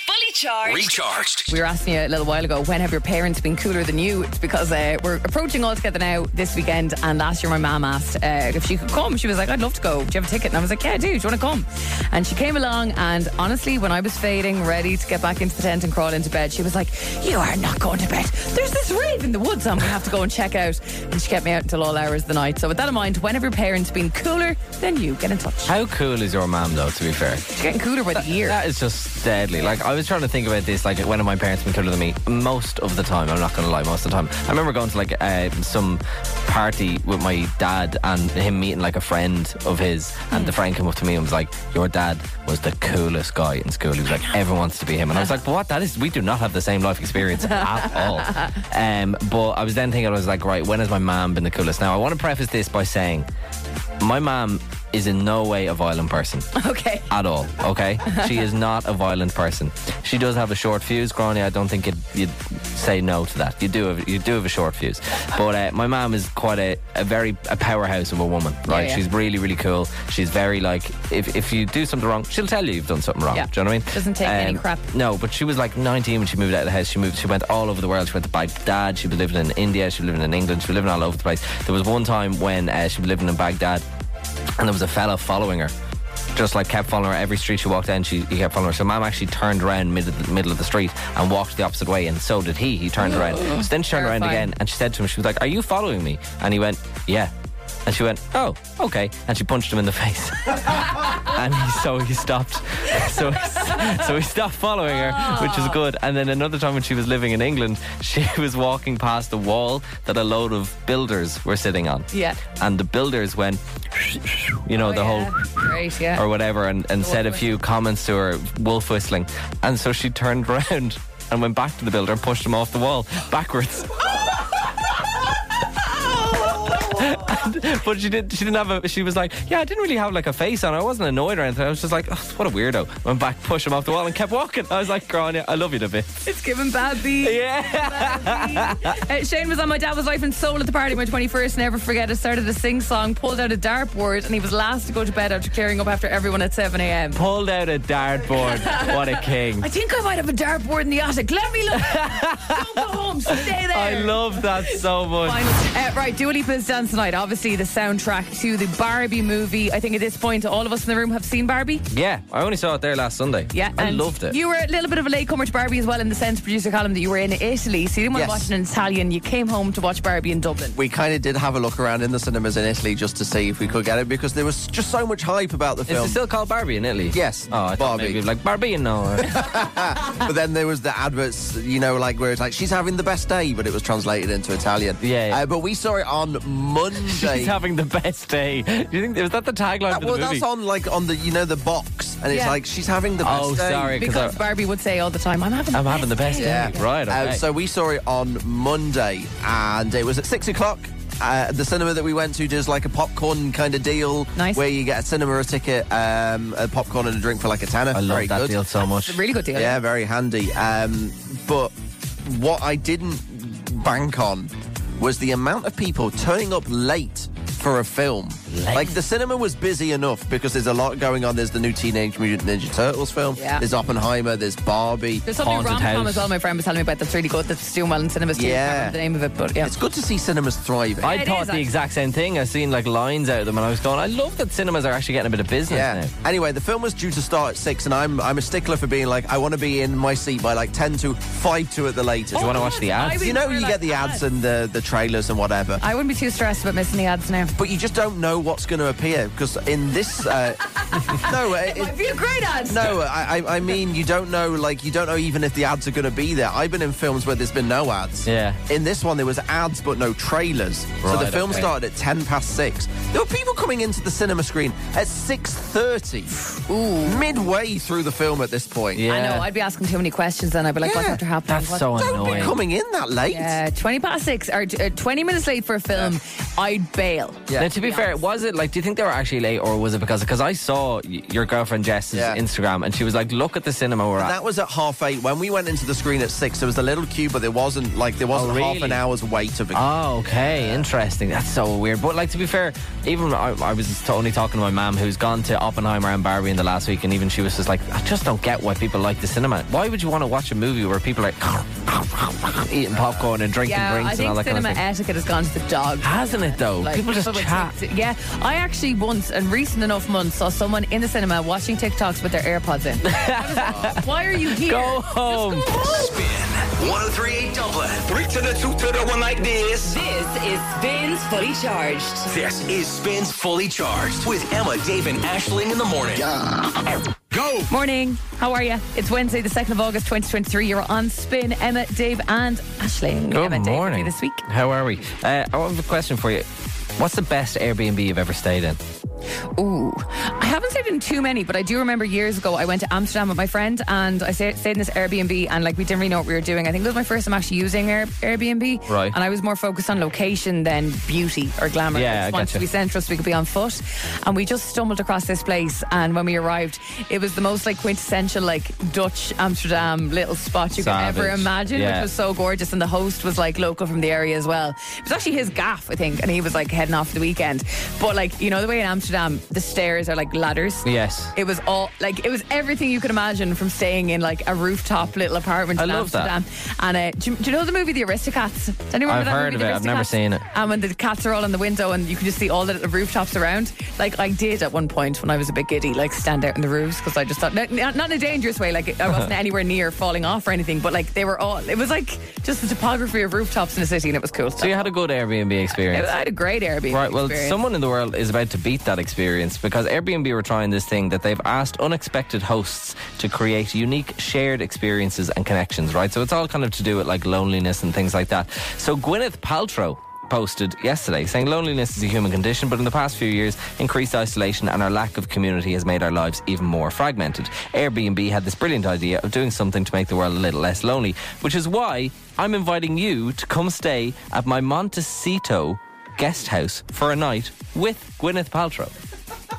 [SPEAKER 2] Fully Charged.
[SPEAKER 1] Recharged.
[SPEAKER 3] We were asking you a little while ago, when have your parents been cooler than you? It's because uh, we're approaching all together now this weekend. And last year, my mum asked uh, if she could come. She was like, I'd love to go. Do you have a ticket? And I was like, Yeah, I do. Do you want to come? And she came along. And honestly, when I was fading, ready to get back into the tent and crawl into bed, she was like, You are not going to bed. There's this rave in the woods I'm going to have to go and check out. And she kept me out until all hours of the night. So, with that in mind, when have your parents been cooler than you? Get in touch.
[SPEAKER 4] How cool is your mom, though? To be fair,
[SPEAKER 3] She's getting cooler by the year.
[SPEAKER 4] that is just deadly. Like I was trying to think about this. Like when have my parents been cooler than me? Most of the time, I'm not going to lie. Most of the time, I remember going to like uh, some party with my dad and him meeting like a friend of his, and the friend came up to me and was like, "Your dad was the coolest guy in school." He was like, "Everyone wants to be him," and I was like, "But what? That is we do not have the same life experience at all." Um, but I was then thinking, I was like, "Right, when has my mom been the coolest?" Now I want to preface this by saying, my mom is in no way a violent person
[SPEAKER 3] Okay.
[SPEAKER 4] at all. Okay, she is not a violent person. She does have a short fuse, Granny. I don't think you'd, you'd say no to that. You do have you do have a short fuse, but uh, my mom is quite a, a very a powerhouse of a woman. Right,
[SPEAKER 3] yeah.
[SPEAKER 4] she's really really cool. She's very like if if you do something wrong, she'll tell you you've done something wrong.
[SPEAKER 3] Yeah.
[SPEAKER 4] Do you know what I mean? Um,
[SPEAKER 3] Doesn't take any crap.
[SPEAKER 4] No, but she was like 19 when she moved out of the house. She moved. She went all over the world. She went to Baghdad. She was living in India. She was living in England. She was living all over the place. There was one time when uh, she was living in Baghdad, and there was a fella following her. Just like kept following her every street she walked down, she he kept following her. So mom actually turned around mid of the middle of the street and walked the opposite way, and so did he. He turned around. So then she turned around
[SPEAKER 3] Terrifying.
[SPEAKER 4] again and she said to him, she was like, "Are you following me?" And he went, "Yeah." And she went, "Oh, okay." And she punched him in the face and he, so he stopped. So he, so he stopped following her, which was good. And then another time when she was living in England, she was walking past a wall that a load of builders were sitting on.
[SPEAKER 3] Yeah. Oh,
[SPEAKER 4] And the builders went, you know, the
[SPEAKER 3] yeah.
[SPEAKER 4] whole
[SPEAKER 3] Great, yeah.
[SPEAKER 4] or whatever and, and said a
[SPEAKER 3] wolf
[SPEAKER 4] few comments to her, wolf whistling. And so she turned around and went back to the builder and pushed him off the wall backwards. but she did. She didn't have a. She was like, yeah, I didn't really have like a face on. I wasn't annoyed or anything. I was just like, oh, what a weirdo. Went back, pushed him off the wall, and kept walking. I was like, Grania, I love you to bits.
[SPEAKER 3] It's given bad beat. Yeah. uh, Shane was on my dad was life and soul at the party my 21st. Never forget. I started a sing song, pulled out a dartboard, and he was last to go to bed after clearing up after everyone at 7 a.m.
[SPEAKER 4] Pulled out a dartboard. what a king.
[SPEAKER 3] I think I might have a dartboard in the attic. Let me look. Don't go home. Stay there.
[SPEAKER 4] I love that so much.
[SPEAKER 3] Uh, right, Dua Lipa's Dance Tonight. Obviously, the soundtrack to the Barbie movie. I think at this point, all of us in the room have seen Barbie.
[SPEAKER 4] Yeah, I only saw it there last Sunday.
[SPEAKER 3] Yeah,
[SPEAKER 4] I
[SPEAKER 3] and
[SPEAKER 4] loved it.
[SPEAKER 3] You were a little bit of a latecomer to Barbie as well, in the sense, producer column that you were in Italy, so you didn't want to
[SPEAKER 5] Yes.
[SPEAKER 3] watch it in Italian. You came home to watch Barbie in Dublin.
[SPEAKER 5] We kind of did have a look around in the cinemas in Italy just to see if we could get it because there was just so much hype about the
[SPEAKER 4] Is
[SPEAKER 5] film.
[SPEAKER 4] it still called Barbie in Italy?
[SPEAKER 5] Yes,
[SPEAKER 4] Oh, I thought
[SPEAKER 5] Barbie.
[SPEAKER 4] maybe like Barbie no.
[SPEAKER 5] but then there was the adverts, you know, like where it's like she's having the best day, but it was translated into Italian.
[SPEAKER 4] Yeah, yeah.
[SPEAKER 5] Uh, but we saw it on Monday.
[SPEAKER 4] She's having the best day. Do you think was that the tagline for the
[SPEAKER 5] well,
[SPEAKER 4] movie?
[SPEAKER 5] that's on like on the you know the box, and it's
[SPEAKER 3] Yeah.
[SPEAKER 5] like she's having the best
[SPEAKER 4] Oh,
[SPEAKER 5] day.
[SPEAKER 4] sorry,
[SPEAKER 3] Because
[SPEAKER 4] because
[SPEAKER 3] Barbie would say all the time, I'm having
[SPEAKER 4] I'm having the best day. Right.
[SPEAKER 5] Uh,
[SPEAKER 4] Okay.
[SPEAKER 5] so we saw it on Monday, and it was at six o'clock. Uh, the cinema that we went to does like a popcorn kind of deal,
[SPEAKER 3] Nice.
[SPEAKER 5] where you get a cinema a ticket, um, a popcorn and a drink for like a tenner.
[SPEAKER 4] I love
[SPEAKER 5] Very
[SPEAKER 4] that
[SPEAKER 5] good.
[SPEAKER 4] deal so much.
[SPEAKER 3] It's a really good deal.
[SPEAKER 5] Yeah, very handy. Um, but what I didn't bank on was the amount of people turning up late for a film. Like the cinema was busy enough because there's a lot going on. There's the new Teenage Mutant Ninja Turtles film.
[SPEAKER 3] Yeah.
[SPEAKER 5] There's Oppenheimer. There's Barbie.
[SPEAKER 3] There's something
[SPEAKER 4] Haunted
[SPEAKER 3] rom com
[SPEAKER 4] House.
[SPEAKER 3] as well. My friend was telling me about that's really good. That's doing well in cinemas. Too. I can't
[SPEAKER 5] Yeah.
[SPEAKER 3] remember the name of it, but yeah.
[SPEAKER 5] It's good to see cinemas thriving.
[SPEAKER 4] I
[SPEAKER 3] it
[SPEAKER 4] thought
[SPEAKER 3] is,
[SPEAKER 4] the
[SPEAKER 3] actually.
[SPEAKER 4] exact same thing. I seen like lines out of them, and I was going, I love that cinemas are actually getting a bit of business
[SPEAKER 5] yeah.
[SPEAKER 4] now.
[SPEAKER 5] Anyway, the film was due to start at six, and I'm I'm a stickler for being like I want to be in my seat by like ten to five to at the latest.
[SPEAKER 4] Do you want to watch the
[SPEAKER 3] Oh, I
[SPEAKER 4] ads?
[SPEAKER 3] would-
[SPEAKER 5] you know, you
[SPEAKER 3] Like
[SPEAKER 5] get the ads and the the trailers and whatever.
[SPEAKER 3] I wouldn't be too stressed about missing the ads now.
[SPEAKER 5] but you just don't know what's going to appear because in this uh, no uh,
[SPEAKER 3] Might
[SPEAKER 5] it,
[SPEAKER 3] be a great ad.
[SPEAKER 5] no I, I I mean you don't know like you don't know even if the ads are going to be there I've been in films where there's been no ads
[SPEAKER 4] Yeah.
[SPEAKER 5] in this one there was ads but no trailers so the
[SPEAKER 4] Right,
[SPEAKER 5] film
[SPEAKER 4] okay.
[SPEAKER 5] started at 10 past 6 there were people coming into the cinema screen at 6.30 Ooh. midway through the film at this point
[SPEAKER 4] Yeah.
[SPEAKER 3] I know. I'd be asking too many questions then. I'd be like, what's
[SPEAKER 5] Yeah.
[SPEAKER 3] after happening?
[SPEAKER 4] That's
[SPEAKER 3] What-
[SPEAKER 4] so
[SPEAKER 5] don't be
[SPEAKER 4] annoying.
[SPEAKER 5] coming in that late
[SPEAKER 3] Yeah, 20 past six or uh, 20 minutes late for a film, I'd bail.
[SPEAKER 5] Yeah.
[SPEAKER 4] Now, to be fair, was it like? Do you think they were actually late, or was it because? Because I saw y- your girlfriend Jess's
[SPEAKER 5] Yeah.
[SPEAKER 4] Instagram, and she was like, "Look at the cinema we're at."
[SPEAKER 5] That was at half eight. When we went into the screen at six, there was a little queue, but there wasn't like there wasn't half
[SPEAKER 4] Oh, really?
[SPEAKER 5] an hour's wait of a
[SPEAKER 4] Oh, okay, interesting. That's so weird. But like to be fair, even I, I was t- only talking to my mom, who's gone to Oppenheimer and Barbie in the last week, and even she was just like, I just don't get why people like the cinema. Why would you want to watch a movie where people are like eating popcorn and drinking
[SPEAKER 3] Yeah,
[SPEAKER 4] drinks
[SPEAKER 3] I
[SPEAKER 4] and all
[SPEAKER 3] think
[SPEAKER 4] that kind
[SPEAKER 3] cinema
[SPEAKER 4] of thing?
[SPEAKER 3] etiquette has gone to the dog.
[SPEAKER 4] Hasn't it though?
[SPEAKER 3] Like,
[SPEAKER 4] people just
[SPEAKER 3] would
[SPEAKER 4] chat.
[SPEAKER 3] take- yeah, I actually once, and recent enough months, saw someone in the cinema watching TikToks with their AirPods in. I was like, Why are you here?
[SPEAKER 4] Go home.
[SPEAKER 1] Spin 1038 Dublin.
[SPEAKER 8] Three to the two to the one like this.
[SPEAKER 2] This is Spins Fully Charged.
[SPEAKER 1] This is Spins Fully Charged with Emma, Dave, and Ashling in the morning. Go!
[SPEAKER 3] Morning. How are you? It's Wednesday, the 2nd of August, 2023. You're on Spin. Emma, Dave, and Ashling.
[SPEAKER 4] Good
[SPEAKER 3] Emma, Dave, with me
[SPEAKER 4] morning.
[SPEAKER 3] this week.
[SPEAKER 4] How are we? Uh, I have a question for you. What's the best Airbnb you've ever stayed in?
[SPEAKER 3] Ooh, I haven't stayed in too many, but I do remember years ago I went to Amsterdam with my friend and I stayed, stayed in this Airbnb and like we didn't really know what we were doing. I think it was my first time actually using Air, Airbnb,
[SPEAKER 4] Right.
[SPEAKER 3] And I was more focused on location than beauty or glamour.
[SPEAKER 4] Yeah,
[SPEAKER 3] I just
[SPEAKER 4] I
[SPEAKER 3] wanted
[SPEAKER 4] gotcha.
[SPEAKER 3] to be central so we could be on foot, and we just stumbled across this place. And when we arrived, it was the most like quintessential like Dutch Amsterdam little spot you could ever
[SPEAKER 4] Savage.
[SPEAKER 3] imagine,
[SPEAKER 4] Yeah.
[SPEAKER 3] which was so gorgeous. And the host was like local from the area as well. It was actually his gaff, I think, and he was like heading off for the weekend. But like you know the way in Amsterdam, the stairs are like ladders.
[SPEAKER 4] Yes.
[SPEAKER 3] It was all like it was everything you could imagine from staying in like a rooftop little apartment
[SPEAKER 4] I
[SPEAKER 3] in
[SPEAKER 4] love that.
[SPEAKER 3] Amsterdam. And uh, do, you, do you know the movie The Aristocats? Does anyone remember
[SPEAKER 4] I've
[SPEAKER 3] that
[SPEAKER 4] heard
[SPEAKER 3] movie,
[SPEAKER 4] of
[SPEAKER 3] The
[SPEAKER 4] it. I've never
[SPEAKER 3] Aristocats?
[SPEAKER 4] seen it.
[SPEAKER 3] And when the cats are all in the window and you can just see all the little rooftops around, like I did at one point when I was a bit giddy, like stand out in the roofs because I just thought not, not not in a dangerous way, like I wasn't anywhere near falling off or anything, but like they were all it was like just the topography of rooftops in the city and it was cool.
[SPEAKER 4] So you had a good Airbnb experience.
[SPEAKER 3] I had a great Airbnb.
[SPEAKER 4] Right, well,
[SPEAKER 3] experience.
[SPEAKER 4] someone in the world is about to beat that experience because Airbnb were trying this thing that they've asked unexpected hosts to create unique shared experiences and connections, right? So it's all kind of to do with like loneliness and things like that. So Gwyneth Paltrow posted yesterday saying loneliness is a human condition but in the past few years increased isolation and our lack of community has made our lives even more fragmented airbnb had this brilliant idea of doing something to make the world a little less lonely which is why i'm inviting you to come stay at my montecito guest house for a night with Gwyneth Paltrow.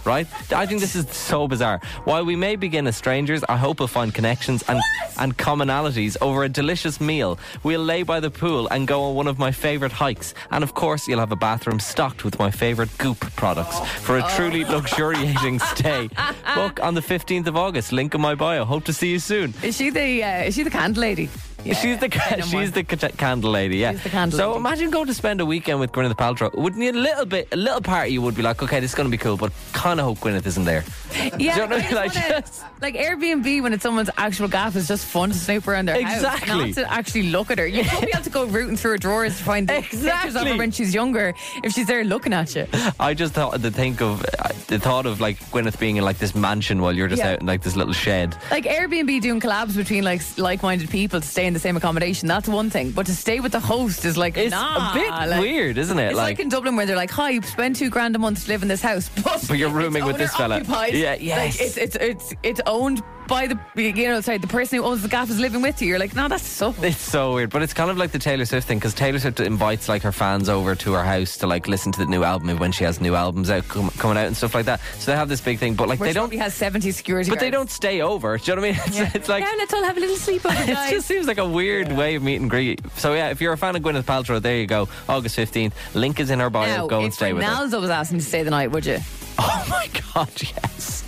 [SPEAKER 4] Right? I think this is so bizarre. While we may begin as strangers, I hope we'll find connections and, and commonalities over a delicious meal. We'll lay by the pool and go on one of my favourite hikes. And of course, you'll have a bathroom stocked with my favourite goop products for a truly luxuriating stay. Book on the 15th of August. Link in my bio. Hope to see you soon.
[SPEAKER 3] Is she the uh, is she the candle lady?
[SPEAKER 4] She's the ca- she's the ca- candle lady, yeah.
[SPEAKER 3] She's the candle
[SPEAKER 4] so
[SPEAKER 3] lady.
[SPEAKER 4] imagine going to spend a weekend with Gwyneth Paltrow. Wouldn't you a little bit, a little part of you would be like, okay, this is going to be cool, but kind of hope Gwyneth isn't there.
[SPEAKER 3] Yeah,
[SPEAKER 4] Do you know what I
[SPEAKER 3] I
[SPEAKER 4] mean?
[SPEAKER 3] just
[SPEAKER 4] Like,
[SPEAKER 3] wanna-
[SPEAKER 4] just-
[SPEAKER 3] like Airbnb when it's someone's actual gaff is just fun to snoop around their house,
[SPEAKER 4] Exactly.
[SPEAKER 3] not to actually look at her. You probably have to go rooting through her drawers to find the pictures of
[SPEAKER 4] Exactly.
[SPEAKER 3] her when she's younger if she's there looking at you.
[SPEAKER 4] I just thought the think of uh, the thought of like Gwyneth being in like this mansion while you're just
[SPEAKER 3] Yeah.
[SPEAKER 4] out in like this little shed.
[SPEAKER 3] Like Airbnb doing collabs between like like-minded people to stay in the same accommodation. That's one thing, but to stay with the host is like
[SPEAKER 4] It's
[SPEAKER 3] nah,
[SPEAKER 4] a bit
[SPEAKER 3] like-
[SPEAKER 4] weird, isn't it?
[SPEAKER 3] It's like, in Dublin where they're like, "Hi, you spend two grand a month to live in this house, but,
[SPEAKER 4] But you're
[SPEAKER 3] it's
[SPEAKER 4] rooming with this fella."
[SPEAKER 3] owner-occupied.
[SPEAKER 4] Yeah,
[SPEAKER 3] Like,
[SPEAKER 4] yes.
[SPEAKER 3] it's, it's it's it's owned by the you know sorry the person who owns the gaff is living with you. You're like, no, that's so
[SPEAKER 4] It's so weird, but it's kind of like the Taylor Swift thing because Taylor Swift invites like her fans over to her house to like listen to the new album when she has new albums out com- coming out and stuff like that. So they have this big thing, but like
[SPEAKER 3] Where
[SPEAKER 4] they
[SPEAKER 3] she
[SPEAKER 4] don't,
[SPEAKER 3] probably has seventy security,
[SPEAKER 4] but they
[SPEAKER 3] guards.
[SPEAKER 4] don't stay over. Do you know what I mean? It's, it's like
[SPEAKER 3] now let's all have a little sleepover,
[SPEAKER 4] It
[SPEAKER 3] guys.
[SPEAKER 4] just seems like a weird way of meet and greet. So yeah, if you're a fan of Gwyneth Paltrow, there you go. August fifteenth. Link is in her bio.
[SPEAKER 3] now,
[SPEAKER 4] go and
[SPEAKER 3] if
[SPEAKER 4] stay with her.
[SPEAKER 3] Ronaldo was asking to stay the night, would you?
[SPEAKER 4] Oh my god, yes.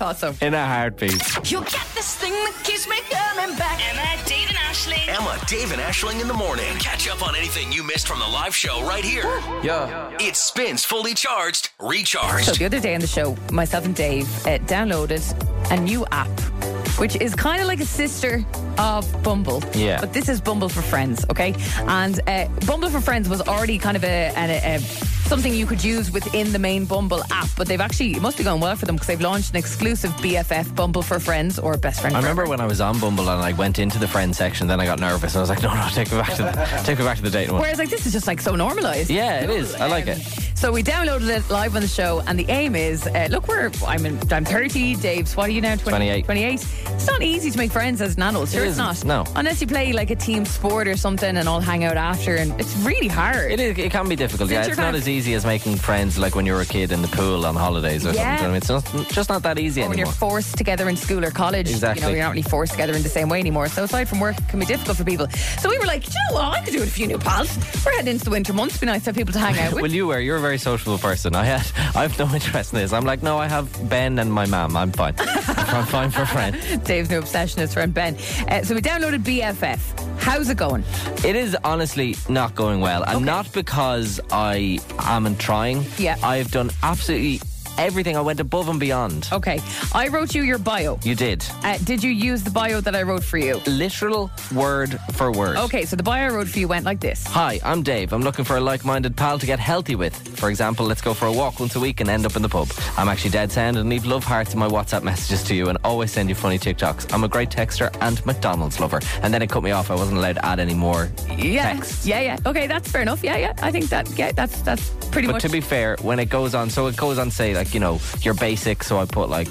[SPEAKER 3] Awesome.
[SPEAKER 4] In a heartbeat.
[SPEAKER 10] You'll get this thing that keeps me coming back.
[SPEAKER 2] Emma, Dave, and Ashling.
[SPEAKER 1] Emma, Dave, and Ashling in the morning. Catch up on anything you missed from the live show right here.
[SPEAKER 5] Yeah.
[SPEAKER 1] It spins fully charged,
[SPEAKER 3] So
[SPEAKER 1] recharged.
[SPEAKER 3] the other day on the show, myself and Dave uh, downloaded a new app, which is kind of like a sister of Bumble.
[SPEAKER 4] Yeah.
[SPEAKER 3] But this is Bumble for Friends, okay? And uh, Bumble for Friends was already kind of a, an a, a something you could use within the main Bumble app, but they've actually it must be going well for them because they've launched an exclusive BFF Bumble for Friends or Best Friend.
[SPEAKER 4] I
[SPEAKER 3] Forever.
[SPEAKER 4] remember when I was on Bumble and I went into the friend section, then I got nervous. I was like, no, no, take me back to the take me back to the dating one.
[SPEAKER 3] Whereas, like, this is just like so normalized.
[SPEAKER 4] Yeah, it is. I like it.
[SPEAKER 3] So we downloaded it live on the show, and the aim is uh, look, we're I'm in, I'm 30, Dave's, what are you now? 20,
[SPEAKER 4] 28.
[SPEAKER 3] 28. It's not easy to make friends as an adult. Sure,
[SPEAKER 4] It
[SPEAKER 3] it's not.
[SPEAKER 4] isn't, no.
[SPEAKER 3] Unless you play like a team sport or something and all hang out after, and it's really hard.
[SPEAKER 4] It, is, it can be difficult.
[SPEAKER 3] Since
[SPEAKER 4] Yeah,
[SPEAKER 3] you're
[SPEAKER 4] it's not
[SPEAKER 3] kind of-
[SPEAKER 4] as easy as making friends like when you were a kid in the pool on holidays or
[SPEAKER 3] Yeah.
[SPEAKER 4] something. It's not, just not that easy
[SPEAKER 3] Or when
[SPEAKER 4] anymore.
[SPEAKER 3] you're forced together in school or college, you
[SPEAKER 4] Exactly.
[SPEAKER 3] know, you're not really forced together in the same way anymore. So aside from work, it can be difficult for people. So we were like, "Do you know what? I could do with a few new pals. We're heading into the winter months. It'd be nice to have people to hang out with.
[SPEAKER 4] Well, you were. You're a very sociable person. I had. I have no interest in this. I'm like, no, I have Ben and my mum. I'm fine. I'm fine for friends.
[SPEAKER 3] Dave's new obsession is friend Ben. Uh, so we downloaded BFF. How's it going?
[SPEAKER 4] It is honestly not going well, and not because I am not trying.
[SPEAKER 3] Yeah.
[SPEAKER 4] I've done absolutely everything. I went above and beyond.
[SPEAKER 3] Okay, I wrote you your bio.
[SPEAKER 4] You did
[SPEAKER 3] Uh, did you use the bio that I wrote for you?
[SPEAKER 4] literal word for word.
[SPEAKER 3] Okay, so the bio I wrote for you went like this.
[SPEAKER 4] Hi, I'm Dave. I'm looking for a like minded pal to get healthy with. For example, let's go for a walk once a week and end up in the pub. I'm actually dead sound and leave love hearts in my WhatsApp messages to you and always send you funny TikToks. I'm a great texter and McDonald's lover. And then it cut me off. I wasn't allowed to add any more
[SPEAKER 3] Yeah,
[SPEAKER 4] texts.
[SPEAKER 3] yeah, yeah. Okay, that's fair enough. Yeah, yeah. I think that yeah, that's that's pretty
[SPEAKER 4] But
[SPEAKER 3] much.
[SPEAKER 4] to be fair, when it goes on, so it goes on, say, like, you know, your basics. So I put like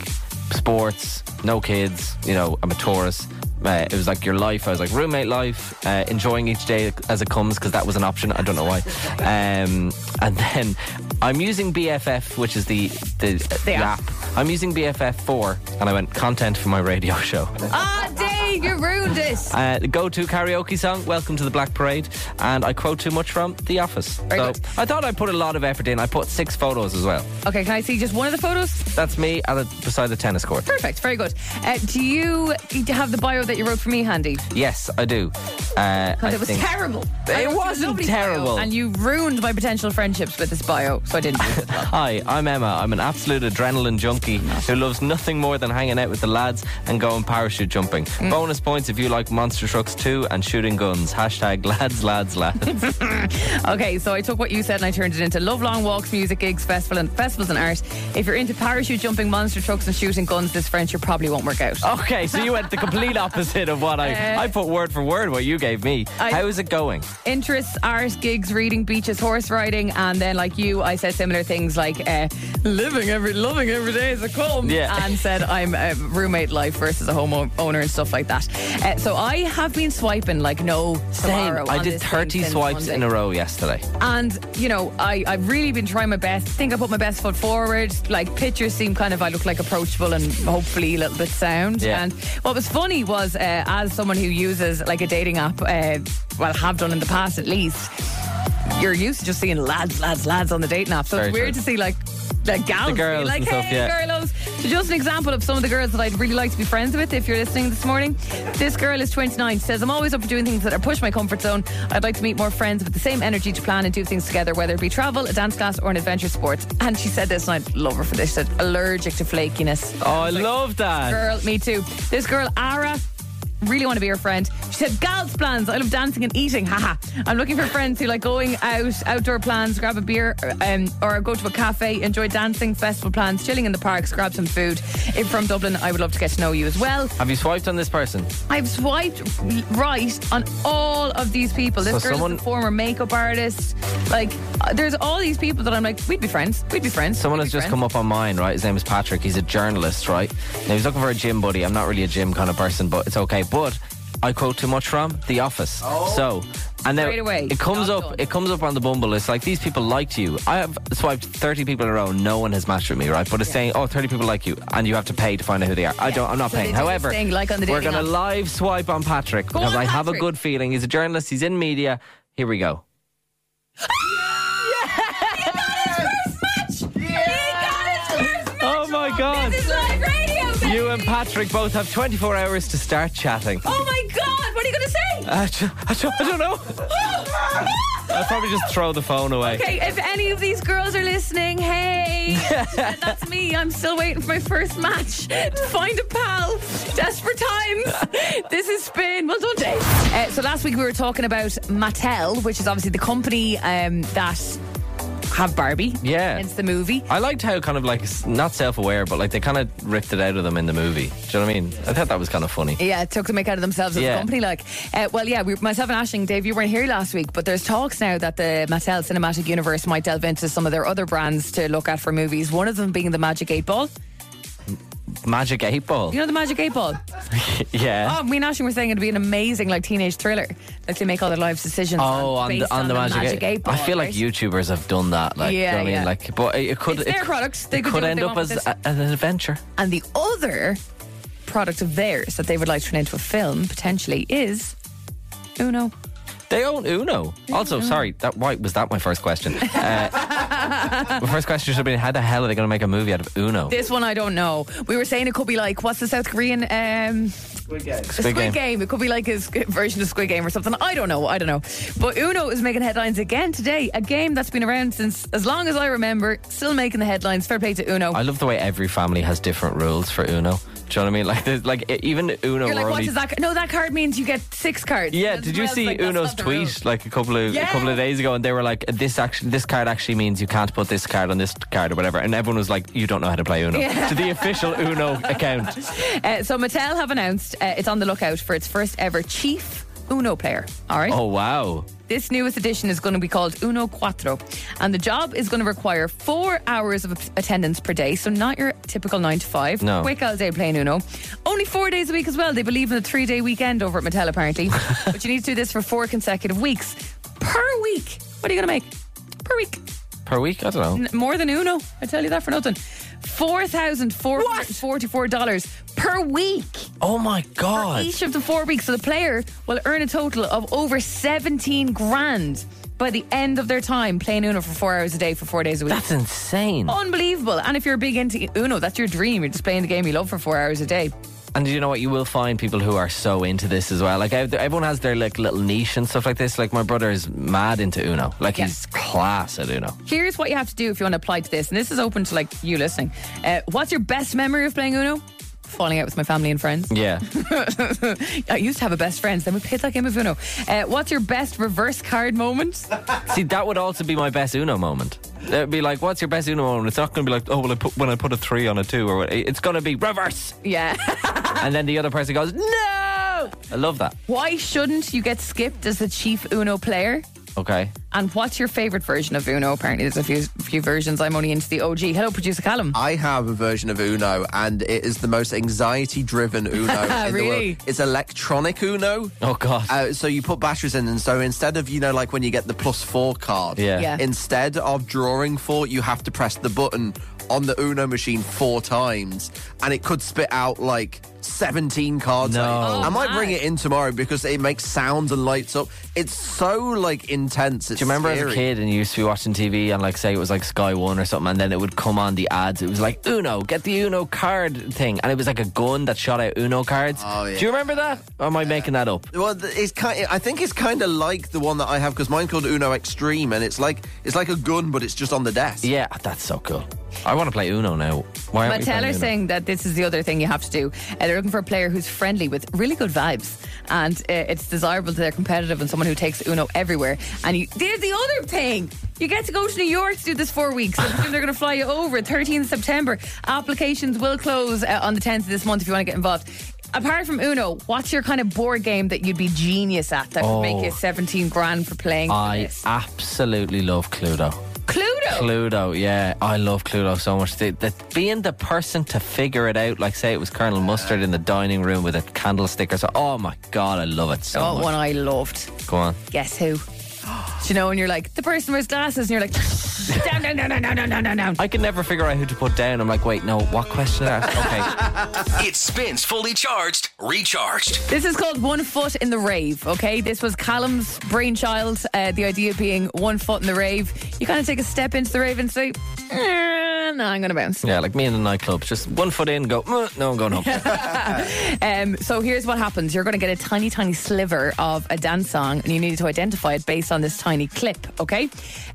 [SPEAKER 4] sports, no kids, you know, I'm a Taurus. Uh, it was like your life. I was like roommate life, uh, enjoying each day as it comes because that was an option. I don't know why. Um, and then I'm using BFF, which is the the, the
[SPEAKER 3] app.
[SPEAKER 4] app. I'm using BFF four, and I went content for my radio show.
[SPEAKER 3] ah, Dave, you ruined this.
[SPEAKER 4] Uh, go to karaoke song, Welcome to the Black Parade, and I quote too much from The Office.
[SPEAKER 3] Very
[SPEAKER 4] so
[SPEAKER 3] good.
[SPEAKER 4] I thought I put a lot of effort in. I put six photos as well.
[SPEAKER 3] Okay, can I see just one of the photos?
[SPEAKER 4] That's me at a, beside the tennis court.
[SPEAKER 3] Perfect, very good. Uh, do you have the bio that you wrote for me handy?
[SPEAKER 4] Yes, I do. Uh, I
[SPEAKER 3] Because it was
[SPEAKER 4] think-
[SPEAKER 3] terrible. I wrote
[SPEAKER 4] It
[SPEAKER 3] you a
[SPEAKER 4] wasn't
[SPEAKER 3] lovely
[SPEAKER 4] terrible.
[SPEAKER 3] bio, and you ruined my potential friendships with this bio, so I didn't. use it.
[SPEAKER 4] Hi, I'm Emma. I'm an absolute adrenaline junkie who loves nothing more than hanging out with the lads and going parachute jumping.
[SPEAKER 3] Mm.
[SPEAKER 4] Bonus points if you like monster trucks too and shooting guns. Hashtag lads, lads, lads.
[SPEAKER 3] Okay, so I took what you said and I turned it into love long walks, music gigs, festival and festivals and art. If you're into parachute jumping, monster trucks, and shooting guns, this friendship probably won't work out.
[SPEAKER 4] okay, so you went the complete opposite of what I
[SPEAKER 3] Uh,
[SPEAKER 4] I put word for word what you gave me.
[SPEAKER 3] I-
[SPEAKER 4] How is it going?
[SPEAKER 3] Interests, art, gigs, reading, beaches, horse riding, and then like you, I said similar things like uh, living every, loving every day as a come,
[SPEAKER 4] Yeah.
[SPEAKER 3] and said I'm a roommate life versus a homeowner and stuff like that. Uh, Yeah, so I have been swiping like no tomorrow.
[SPEAKER 4] I
[SPEAKER 3] on
[SPEAKER 4] did
[SPEAKER 3] this
[SPEAKER 4] 30
[SPEAKER 3] thing since
[SPEAKER 4] swipes
[SPEAKER 3] Monday.
[SPEAKER 4] in a row yesterday.
[SPEAKER 3] And, you know, I, I've really been trying my best. think I put my best foot forward. Like, pictures seem kind of, I look like approachable and hopefully a little bit sound.
[SPEAKER 4] Yeah.
[SPEAKER 3] And what was funny was, uh, as someone who uses like a dating app, uh, well, have done in the past at least, you're used to just seeing lads, lads, lads on the dating app. So
[SPEAKER 4] Very
[SPEAKER 3] it's weird to
[SPEAKER 4] true.
[SPEAKER 3] see like, like gals,
[SPEAKER 4] The
[SPEAKER 3] be
[SPEAKER 4] girls
[SPEAKER 3] like,
[SPEAKER 4] and stuff,
[SPEAKER 3] hey,
[SPEAKER 4] yeah.
[SPEAKER 3] girlos. So just an example of some of the girls that I'd really like to be friends with if you're listening this morning. This girl is 29, says, I'm always up for doing things that are push my comfort zone. I'd like to meet more friends with the same energy to plan and do things together, whether it be travel, a dance class, or an adventure sports. And she said this, and I love her for this. She said, allergic to flakiness.
[SPEAKER 4] Oh, I love that.
[SPEAKER 3] Girl, me too. This girl, Ara. Really want to be her friend. She said, "Gals plans. I love dancing and eating. Haha. I'm looking for friends who like going out, outdoor plans, grab a beer, um, or go to a cafe, enjoy dancing, festival plans, chilling in the parks, grab some food. If from Dublin, I would love to get to know you as well.
[SPEAKER 4] Have you swiped on this person?
[SPEAKER 3] I've swiped right on all of these people. This
[SPEAKER 4] So
[SPEAKER 3] girl
[SPEAKER 4] someone-
[SPEAKER 3] is a former makeup artist. Like, uh, there's all these people that I'm like, we'd be friends. We'd be friends.
[SPEAKER 4] Someone has just come up on mine, right? His name is Patrick. He's a journalist, right? Now he's looking for a gym buddy. I'm not really a gym kind of person, but it's okay. But I quote too much from The Office. So and then
[SPEAKER 3] Straight away,
[SPEAKER 4] it comes
[SPEAKER 3] job
[SPEAKER 4] up
[SPEAKER 3] done.
[SPEAKER 4] it comes up on the Bumble. It's like these people liked you. I have swiped 30 people in a row, no one has matched with me, right? But it's saying, oh, 30 people like you, and you have to pay to find out who they are. I don't I'm not
[SPEAKER 3] So they
[SPEAKER 4] paying.
[SPEAKER 3] do this
[SPEAKER 4] However,
[SPEAKER 3] thing, like on the
[SPEAKER 4] we're
[SPEAKER 3] dating
[SPEAKER 4] gonna
[SPEAKER 3] app.
[SPEAKER 4] live swipe on Patrick because
[SPEAKER 3] on,
[SPEAKER 4] I have a
[SPEAKER 3] Patrick.
[SPEAKER 4] good feeling. He's a journalist, he's in media. Here we go. Oh my god.
[SPEAKER 3] This is live radio. baby.
[SPEAKER 4] You and Patrick both have 24 hours to start chatting.
[SPEAKER 3] Oh my God! What are you going to say?
[SPEAKER 4] I, ju- I, ju- I don't know. I'll probably just throw the phone away.
[SPEAKER 3] Okay, if any of these girls are listening, hey, that's me. I'm still waiting for my first match to find a pal. Desperate times. This is Spin. Well done, Dave. Uh, so last week we were talking about Mattel, which is obviously the company um, that have Barbie.
[SPEAKER 4] Yeah.
[SPEAKER 3] Hence the movie.
[SPEAKER 4] I liked how kind of like s- not self-aware, but like they kind of ripped it out of them in the movie. Do you know what I mean? I thought that was kind of funny.
[SPEAKER 3] Yeah, it took the make out of themselves as
[SPEAKER 4] Yeah.
[SPEAKER 3] a company. Like, uh, well, yeah, we, myself and Ashing, Dave, you weren't here last week, but there's talks now that the Mattel Cinematic Universe might delve into some of their other brands to look at for movies. One of them being the Magic Eight Ball.
[SPEAKER 4] Magic eight ball.
[SPEAKER 3] You know the Magic Eight Ball.
[SPEAKER 4] Yeah.
[SPEAKER 3] Oh, me and Ashing were saying it'd be an amazing like teenage thriller. Like they make all their lives decisions.
[SPEAKER 4] Oh, on,
[SPEAKER 3] based
[SPEAKER 4] the, on the Magic, Eight.
[SPEAKER 3] Eight Ball.
[SPEAKER 4] I feel like
[SPEAKER 3] right?
[SPEAKER 4] YouTubers have done that. Like,
[SPEAKER 3] Yeah,
[SPEAKER 4] do you know what I
[SPEAKER 3] yeah.
[SPEAKER 4] mean? Like, but it it could.
[SPEAKER 3] It's
[SPEAKER 4] it
[SPEAKER 3] their
[SPEAKER 4] c-
[SPEAKER 3] products. They could
[SPEAKER 4] it
[SPEAKER 3] do
[SPEAKER 4] could
[SPEAKER 3] what
[SPEAKER 4] end
[SPEAKER 3] they
[SPEAKER 4] up
[SPEAKER 3] want with this.
[SPEAKER 4] as a, an adventure.
[SPEAKER 3] And the other product of theirs that they would like to turn into a film potentially is Uno.
[SPEAKER 4] They own Uno. Also,
[SPEAKER 3] Mm-hmm.
[SPEAKER 4] sorry, that why was that my first question? Uh, my first question should have been, how the hell are they going to make a movie out of Uno?
[SPEAKER 3] This one I don't know. We were saying it could be like what's the South Korean um, Squid, Game. It could be like his version of Squid Game or something. I don't know. I don't know. But Uno is making headlines again today. A game that's been around since as long as I remember, still making the headlines. Fair play to Uno.
[SPEAKER 4] I love the way every family has different rules for Uno. Do you know what I mean? Like, there's- like e- even Uno.
[SPEAKER 3] You're like,
[SPEAKER 4] were
[SPEAKER 3] what
[SPEAKER 4] only-
[SPEAKER 3] does that? ca- No, that card means you get six cards.
[SPEAKER 4] yeah,
[SPEAKER 3] And everyone
[SPEAKER 4] did you
[SPEAKER 3] else is
[SPEAKER 4] see
[SPEAKER 3] like, that's
[SPEAKER 4] Uno's
[SPEAKER 3] not the rule.
[SPEAKER 4] tweet like a couple of
[SPEAKER 3] Yeah.
[SPEAKER 4] a couple of days ago, and they were like, "This actually, this card actually means you can't put this card on this card or whatever," and everyone was like, "You don't know how to play Uno."
[SPEAKER 3] Yeah.
[SPEAKER 4] To the official Uno account,
[SPEAKER 3] Uh, so Mattel have announced uh, it's on the lookout for its first ever chief Uno player. All right.
[SPEAKER 4] oh wow,
[SPEAKER 3] This newest edition is going to be called Uno Cuatro, and the job is going to require four hours of attendance per day. So not your typical nine to five.
[SPEAKER 4] No.
[SPEAKER 3] quick all day playing Uno. Only four days a week as well. They believe in a three day weekend over at Mattel apparently, but you need to do this for four consecutive weeks per week. What are you going to make per week?
[SPEAKER 4] per week? I don't know.
[SPEAKER 3] N- More than Uno. I tell you that for nothing. Four thousand four hundred forty-four dollars per week
[SPEAKER 4] Oh my
[SPEAKER 3] for
[SPEAKER 4] god,
[SPEAKER 3] each of the four weeks. So the player will earn a total of over 17 grand by the end of their time playing Uno for four hours a day for four days a week.
[SPEAKER 4] that's insane.
[SPEAKER 3] Unbelievable. And if you're big into Uno, that's your dream. You're just playing the game you love for four hours a day.
[SPEAKER 4] And you know what? You will find people who are so into this as well. Like ev- everyone has their like little niche and stuff like this. Like my brother is mad into Uno. Like
[SPEAKER 3] Yeah.
[SPEAKER 4] he's class at Uno.
[SPEAKER 3] Here's what you have to do if you want to apply to this. And this is open to like you listening. Uh, what's your best memory of playing Uno? Falling out with my family and friends.
[SPEAKER 4] Yeah.
[SPEAKER 3] I used to have a best friends. Then we played that game of Uno. Uh, what's your best reverse card moment?
[SPEAKER 4] See, that would also be my best Uno moment. It'd be like, what's your best Uno moment? It's not going to be like, oh, well, I put when I put a three on a two or what. It's going to be reverse.
[SPEAKER 3] yeah.
[SPEAKER 4] and then the other person goes, no. I love that.
[SPEAKER 3] Why shouldn't you get skipped as the chief Uno player?
[SPEAKER 4] Okay.
[SPEAKER 3] And what's your favourite version of Uno? Apparently, there's a few few versions. I'm only into the OG. Hello, producer Callum.
[SPEAKER 5] I have a version of Uno, and it is the most anxiety-driven Uno in the
[SPEAKER 3] Really?
[SPEAKER 5] world. It's electronic Uno.
[SPEAKER 4] Oh, God.
[SPEAKER 5] Uh, so you put batteries in, and so instead of you know like when you get the plus four card,
[SPEAKER 4] Yeah.
[SPEAKER 3] Yeah.
[SPEAKER 5] Instead of drawing four, you have to press the button on the Uno machine four times, and it could spit out like. 17 cards.
[SPEAKER 4] No. Oh,
[SPEAKER 5] at you. I might
[SPEAKER 3] my.
[SPEAKER 5] bring it in tomorrow because it makes sounds and lights up. It's so like intense. It's
[SPEAKER 4] Do you remember as
[SPEAKER 5] scary.
[SPEAKER 4] a kid and you used to be watching TV and like say it was like Sky One or something and then it would come on the ads. It was like Uno, get the Uno card thing, and it was like a gun that shot out Uno cards.
[SPEAKER 5] Oh, yeah.
[SPEAKER 4] Do you remember that? Or am I making that up?
[SPEAKER 5] Well, th- it's kind. I think it's kind of like the one that I have because mine called Uno Extreme, and it's like it's like a gun, but it's just on the desk.
[SPEAKER 4] Yeah, that's so cool. I want to play Uno now. Why aren't we
[SPEAKER 3] Mattel
[SPEAKER 4] playing
[SPEAKER 3] are
[SPEAKER 4] Uno?
[SPEAKER 3] saying that this is the other thing you have to do. Uh, they're looking for a player who's friendly with really good vibes, and uh, it's desirable that they're competitive and someone who takes Uno everywhere. And you, there's the other thing. You get to go to New York to do this four weeks. I presume they're going to fly you over. 13th September. Applications will close uh, on the 10th of this month if you want to get involved. Apart from Uno, what's your kind of board game that you'd be genius at that would make you 17 grand for playing?
[SPEAKER 4] I
[SPEAKER 3] this?
[SPEAKER 4] absolutely love Cluedo.
[SPEAKER 3] Cluedo.
[SPEAKER 4] Cluedo, yeah, I love Cluedo so much. The, the, being the person to figure it out, like say it was Colonel Mustard in the dining room with a candlestick or so. Oh my god, I love it so
[SPEAKER 3] Oh,
[SPEAKER 4] much.
[SPEAKER 3] one I loved.
[SPEAKER 4] Go on.
[SPEAKER 3] guess who? Do you know when you're like the person wears glasses and you're like down down down down down down down down down.
[SPEAKER 4] I could never figure out who to put down. I'm like, wait, no, what question? did I ask? Okay,
[SPEAKER 1] It spins fully charged, recharged.
[SPEAKER 3] This is called One Foot in the Rave. Okay, this was Callum's brainchild. Uh, the idea being one foot in the rave. You kind of take a step into the rave and say, "Eh, "No, I'm gonna bounce."
[SPEAKER 4] yeah, like me in the nightclub, just one foot in, go. "Mm, No, I'm going home.
[SPEAKER 3] Um, so here's what happens: you're going to get a tiny, tiny sliver of a dance song, and you need to identify it based on this tiny clip. Okay,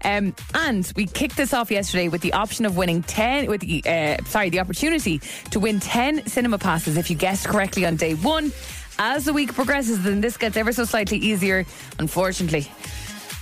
[SPEAKER 3] um, and we kicked this off yesterday with the option of winning ten, with the uh, sorry, the opportunity to win ten cinema passes if you guessed correctly on day one. As the week progresses, then this gets ever so slightly easier. Unfortunately,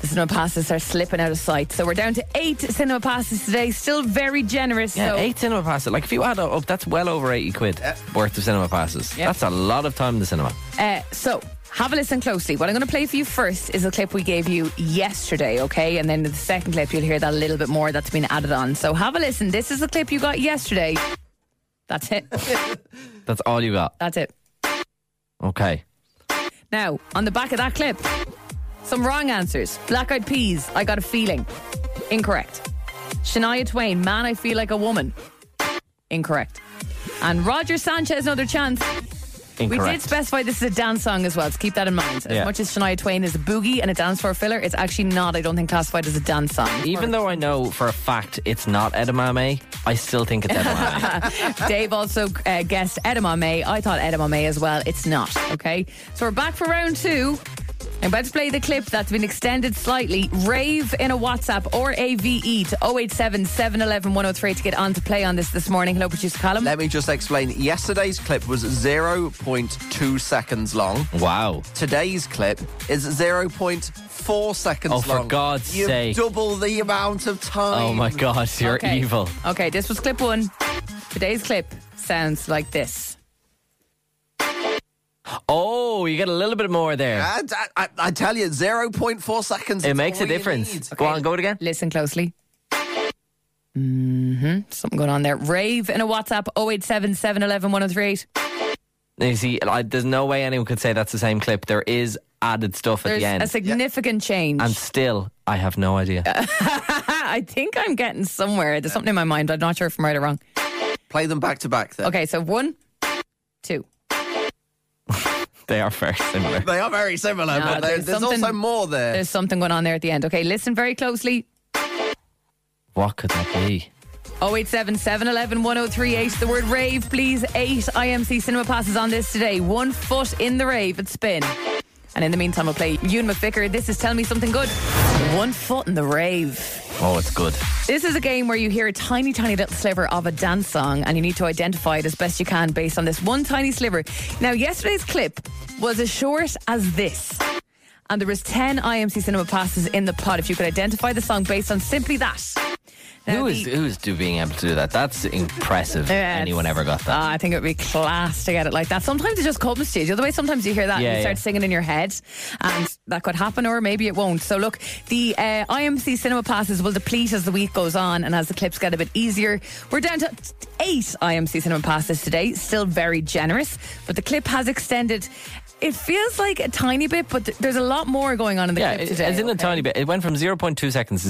[SPEAKER 3] the cinema passes are slipping out of sight. So we're down to eight cinema passes today. Still very generous.
[SPEAKER 4] Yeah,
[SPEAKER 3] so
[SPEAKER 4] eight cinema passes. Like if you add up, that's well over eighty quid worth of cinema passes.
[SPEAKER 3] Yeah.
[SPEAKER 4] That's a lot of time in the cinema.
[SPEAKER 3] Uh, so have a listen closely. What I'm going to play for you first is a clip we gave you yesterday, okay? And then the second clip, you'll hear that a little bit more that's been added on. So have a listen. This is the clip you got yesterday. That's it.
[SPEAKER 4] That's all you got.
[SPEAKER 3] That's it.
[SPEAKER 4] Okay.
[SPEAKER 3] Now, on the back of that clip, some wrong answers. Black Eyed Peas, I Got a Feeling. Incorrect. Shania Twain, Man, I Feel Like a Woman. Incorrect. And Roger Sanchez, Another Chance. We
[SPEAKER 4] Incorrect.
[SPEAKER 3] did specify this is a dance song as well, so keep that in mind. As
[SPEAKER 4] Yeah.
[SPEAKER 3] much as Shania Twain is a boogie and a dance floor filler, it's actually not, I don't think, classified as a dance song.
[SPEAKER 4] Even though I know for a fact it's not edamame, I still think it's edamame.
[SPEAKER 3] Dave also uh, guessed edamame. I thought edamame as well. It's not, okay? So we're back for round two. I'm about to play the clip that's been extended slightly. Rave in a WhatsApp or AVE to 087 711 103 to get on to play on this this morning. Hello, producer Column.
[SPEAKER 5] Let me just explain. Yesterday's clip was 0.2 seconds long.
[SPEAKER 4] wow.
[SPEAKER 5] Today's clip is 0.4 seconds
[SPEAKER 4] Oh,
[SPEAKER 5] long.
[SPEAKER 4] for God's
[SPEAKER 5] You've
[SPEAKER 4] sake.
[SPEAKER 5] double the amount of time.
[SPEAKER 4] Oh my God, you're
[SPEAKER 3] Okay.
[SPEAKER 4] evil.
[SPEAKER 3] Okay, this was clip one. Today's clip sounds like this.
[SPEAKER 4] Oh, you get a little bit more there.
[SPEAKER 3] Ah,
[SPEAKER 5] I, I, I- I tell you, 0.4 seconds.
[SPEAKER 4] it
[SPEAKER 5] is
[SPEAKER 4] makes a
[SPEAKER 5] all you
[SPEAKER 4] difference.
[SPEAKER 5] need.
[SPEAKER 4] Go on, go it again.
[SPEAKER 3] Listen closely. hmm Something going on there. Rave in a WhatsApp 087 711 103.
[SPEAKER 4] You see, I, there's no way anyone could say that's the same clip. There is added stuff at
[SPEAKER 3] There's
[SPEAKER 4] the end.
[SPEAKER 3] a significant change.
[SPEAKER 4] and still, I have no idea.
[SPEAKER 3] I think I'm getting somewhere. There's something in my mind, but I'm not sure if I'm right or wrong.
[SPEAKER 5] Play them back to back then.
[SPEAKER 3] Okay, so one, two.
[SPEAKER 4] they are very similar.
[SPEAKER 5] They are very similar,
[SPEAKER 3] No,
[SPEAKER 5] but there-
[SPEAKER 3] there's
[SPEAKER 5] there's,
[SPEAKER 3] something-
[SPEAKER 5] also more there.
[SPEAKER 3] There's something going on there at the end. Okay, listen very closely.
[SPEAKER 4] What could that be?
[SPEAKER 3] 087 711 1038. The word rave, please. Eight IMC cinema passes on this today. One foot in the rave at spin. And in the meantime, we'll play Ewan McVicker. This is Tell Me Something Good. One foot in the rave.
[SPEAKER 4] Oh, it's good.
[SPEAKER 3] This is a game where you hear a tiny, tiny little sliver of a dance song and you need to identify it as best you can based on this one tiny sliver. Now, yesterday's clip was as short as this. And there was 10 IMC Cinema passes in the pot if you could identify the song based on simply that. Now,
[SPEAKER 4] Who is
[SPEAKER 3] the- uh,
[SPEAKER 4] who is do being able to do that? That's impressive.
[SPEAKER 3] Yeah, it's-
[SPEAKER 4] anyone ever got that?
[SPEAKER 3] Ah, I think it would be class to get it like that. Sometimes it just comes to you. The other way, sometimes you hear that
[SPEAKER 4] Yeah,
[SPEAKER 3] and you start
[SPEAKER 4] yeah.
[SPEAKER 3] singing in your head. And that could happen, or maybe it won't. So, look, the uh, IMC cinema passes will deplete as the week goes on and as the clips get a bit easier. We're down to eight IMC cinema passes today, still very generous, but the clip has extended. It feels like a tiny bit, but th- there's a lot more going on in the
[SPEAKER 4] Yeah,
[SPEAKER 3] clip.
[SPEAKER 4] it's,
[SPEAKER 3] today,
[SPEAKER 4] it's in a
[SPEAKER 3] okay?
[SPEAKER 4] tiny bit. It went from 0.2 seconds to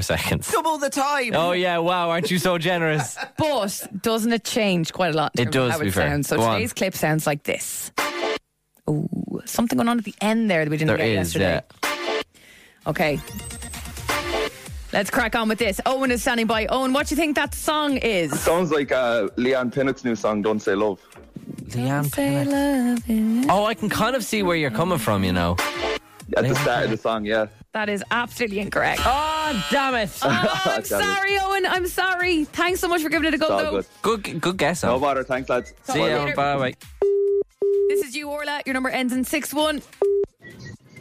[SPEAKER 4] seconds.
[SPEAKER 5] Double the time.
[SPEAKER 4] Oh, yeah, wow, aren't you so generous?
[SPEAKER 3] But doesn't it change quite a lot? in
[SPEAKER 4] It
[SPEAKER 3] terms of
[SPEAKER 4] does,
[SPEAKER 3] How
[SPEAKER 4] to be
[SPEAKER 3] it
[SPEAKER 4] fair.
[SPEAKER 3] sounds. So
[SPEAKER 4] Go on.
[SPEAKER 3] today's clip sounds like this. Oh, something going on at the end there that we didn't
[SPEAKER 4] There
[SPEAKER 3] get
[SPEAKER 4] is,
[SPEAKER 3] yesterday. Okay. Let's crack on with this. Owen is standing by. Owen, what do you think that song is?
[SPEAKER 13] Sounds like uh, Leanne Pinnock's new song, Don't Say Love.
[SPEAKER 4] Leanne Oh, I can kind of see where you're coming from, you know.
[SPEAKER 13] At the start of the song, yeah.
[SPEAKER 3] That is absolutely incorrect.
[SPEAKER 4] Oh, damn it.
[SPEAKER 3] I'm sorry, Owen. I'm sorry. Thanks so much for giving it a go,
[SPEAKER 13] It's all
[SPEAKER 3] though.
[SPEAKER 13] good.
[SPEAKER 4] Good, good guess. No
[SPEAKER 13] bother. Thanks, lads.
[SPEAKER 4] See
[SPEAKER 3] Bye.
[SPEAKER 4] you. Bye bye.
[SPEAKER 3] This is you, Orla. Your number ends in 6 1.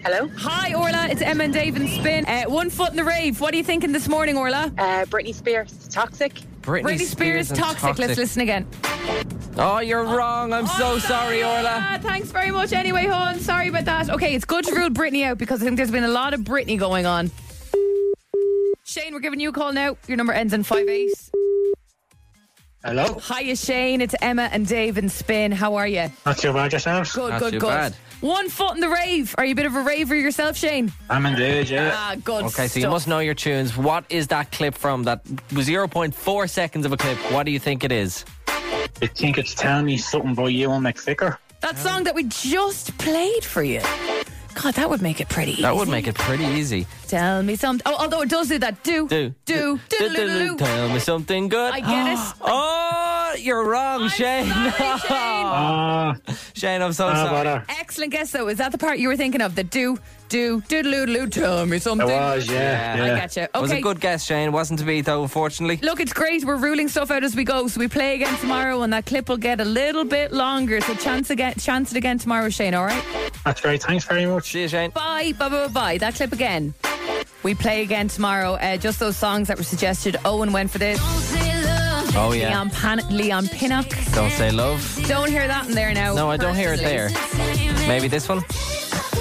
[SPEAKER 3] Hello. Hi, Orla. It's Emma and Dave and Spin. Uh, one foot in the rave. What are you thinking this morning, Orla?
[SPEAKER 14] Uh, Britney Spears, Toxic.
[SPEAKER 3] Britney, Spears,
[SPEAKER 4] and
[SPEAKER 3] toxic. Let's listen again.
[SPEAKER 4] Oh, you're wrong. I'm so sorry, Orla.
[SPEAKER 3] Ah, Oh, thanks very much anyway, hon. Sorry about that. Okay, it's good to rule Britney out because I think there's been a lot of Britney going on. Shane, we're giving you a call now. Your number ends in 58.
[SPEAKER 15] Hello.
[SPEAKER 3] Hiya, Shane. It's Emma and Dave and Spin. How are you?
[SPEAKER 15] Not too bad yourselves.
[SPEAKER 3] Good, good, good. One foot in the rave. Are you a bit of a raver yourself, Shane?
[SPEAKER 15] I'm engaged, yeah.
[SPEAKER 3] Ah, good.
[SPEAKER 4] Uh, Okay, so you
[SPEAKER 3] stuff.
[SPEAKER 4] must know your tunes. What is that clip from? That 0.4 seconds of a clip. What do you think it is?
[SPEAKER 15] I think it's Tell Me Something About You on McVicker.
[SPEAKER 3] That song that we just played for you. God, that would make it pretty.
[SPEAKER 4] That would
[SPEAKER 3] easy.
[SPEAKER 4] make it pretty easy.
[SPEAKER 3] Tell me something. Oh, although it does do that. Do
[SPEAKER 4] Do.
[SPEAKER 3] do do do do. do.
[SPEAKER 4] Tell me something good.
[SPEAKER 3] I get it.
[SPEAKER 4] Oh, you're wrong, Shane.
[SPEAKER 3] sorry,
[SPEAKER 4] Shane. I'm so Oh.
[SPEAKER 15] Ah,
[SPEAKER 4] sorry.
[SPEAKER 15] bother.
[SPEAKER 3] Excellent guess though. Is that the part you were thinking of? The do do do do do. Tell me something. I gotcha. Okay.
[SPEAKER 4] It was a good guess, Shane. Wasn't to be, though, unfortunately.
[SPEAKER 3] Look, it's great. We're ruling stuff out as we go. So we play again tomorrow, and that clip will get a little bit longer. So chance again, chance it again tomorrow, Shane. All right.
[SPEAKER 15] That's great. Thanks very much.
[SPEAKER 4] See you, Shane.
[SPEAKER 3] Bye, bye, bye, bye, bye. That clip again. We play again tomorrow. Uh, just those songs that were suggested. Owen went for this.
[SPEAKER 4] Oh, yeah.
[SPEAKER 3] Leon, Pan- Leon Pinnock.
[SPEAKER 4] Don't say love.
[SPEAKER 3] Don't hear that in there now.
[SPEAKER 4] No, I don't hear it there. Maybe this one?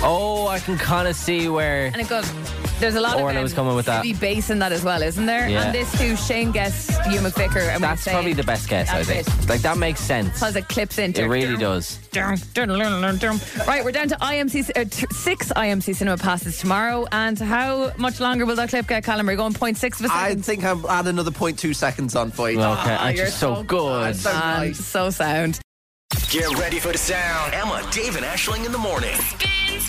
[SPEAKER 4] Oh, I can kind of see where.
[SPEAKER 3] And it goes. There's a lot of
[SPEAKER 4] Orla was coming with that.
[SPEAKER 3] heavy bass in that as well, isn't there?
[SPEAKER 4] Yeah.
[SPEAKER 3] And this too. Shane guessed you McVicker, and
[SPEAKER 4] That's probably the best guess, I
[SPEAKER 3] That's
[SPEAKER 4] think.
[SPEAKER 3] it.
[SPEAKER 4] Like, that makes sense.
[SPEAKER 3] because it clips into.
[SPEAKER 4] It really does.
[SPEAKER 3] Right, we're down to IMC uh, t- six IMC cinema passes tomorrow, and how much longer will that clip get, Callum? Are you going point six of a second?
[SPEAKER 5] I think I'll add another 0.2 seconds on for you.
[SPEAKER 4] Okay,
[SPEAKER 3] Ah,
[SPEAKER 4] I
[SPEAKER 3] you're
[SPEAKER 4] just so good.
[SPEAKER 3] So, so sound.
[SPEAKER 1] Get ready for the sound. Emma, Dave, and Ashling in the morning.
[SPEAKER 10] Spins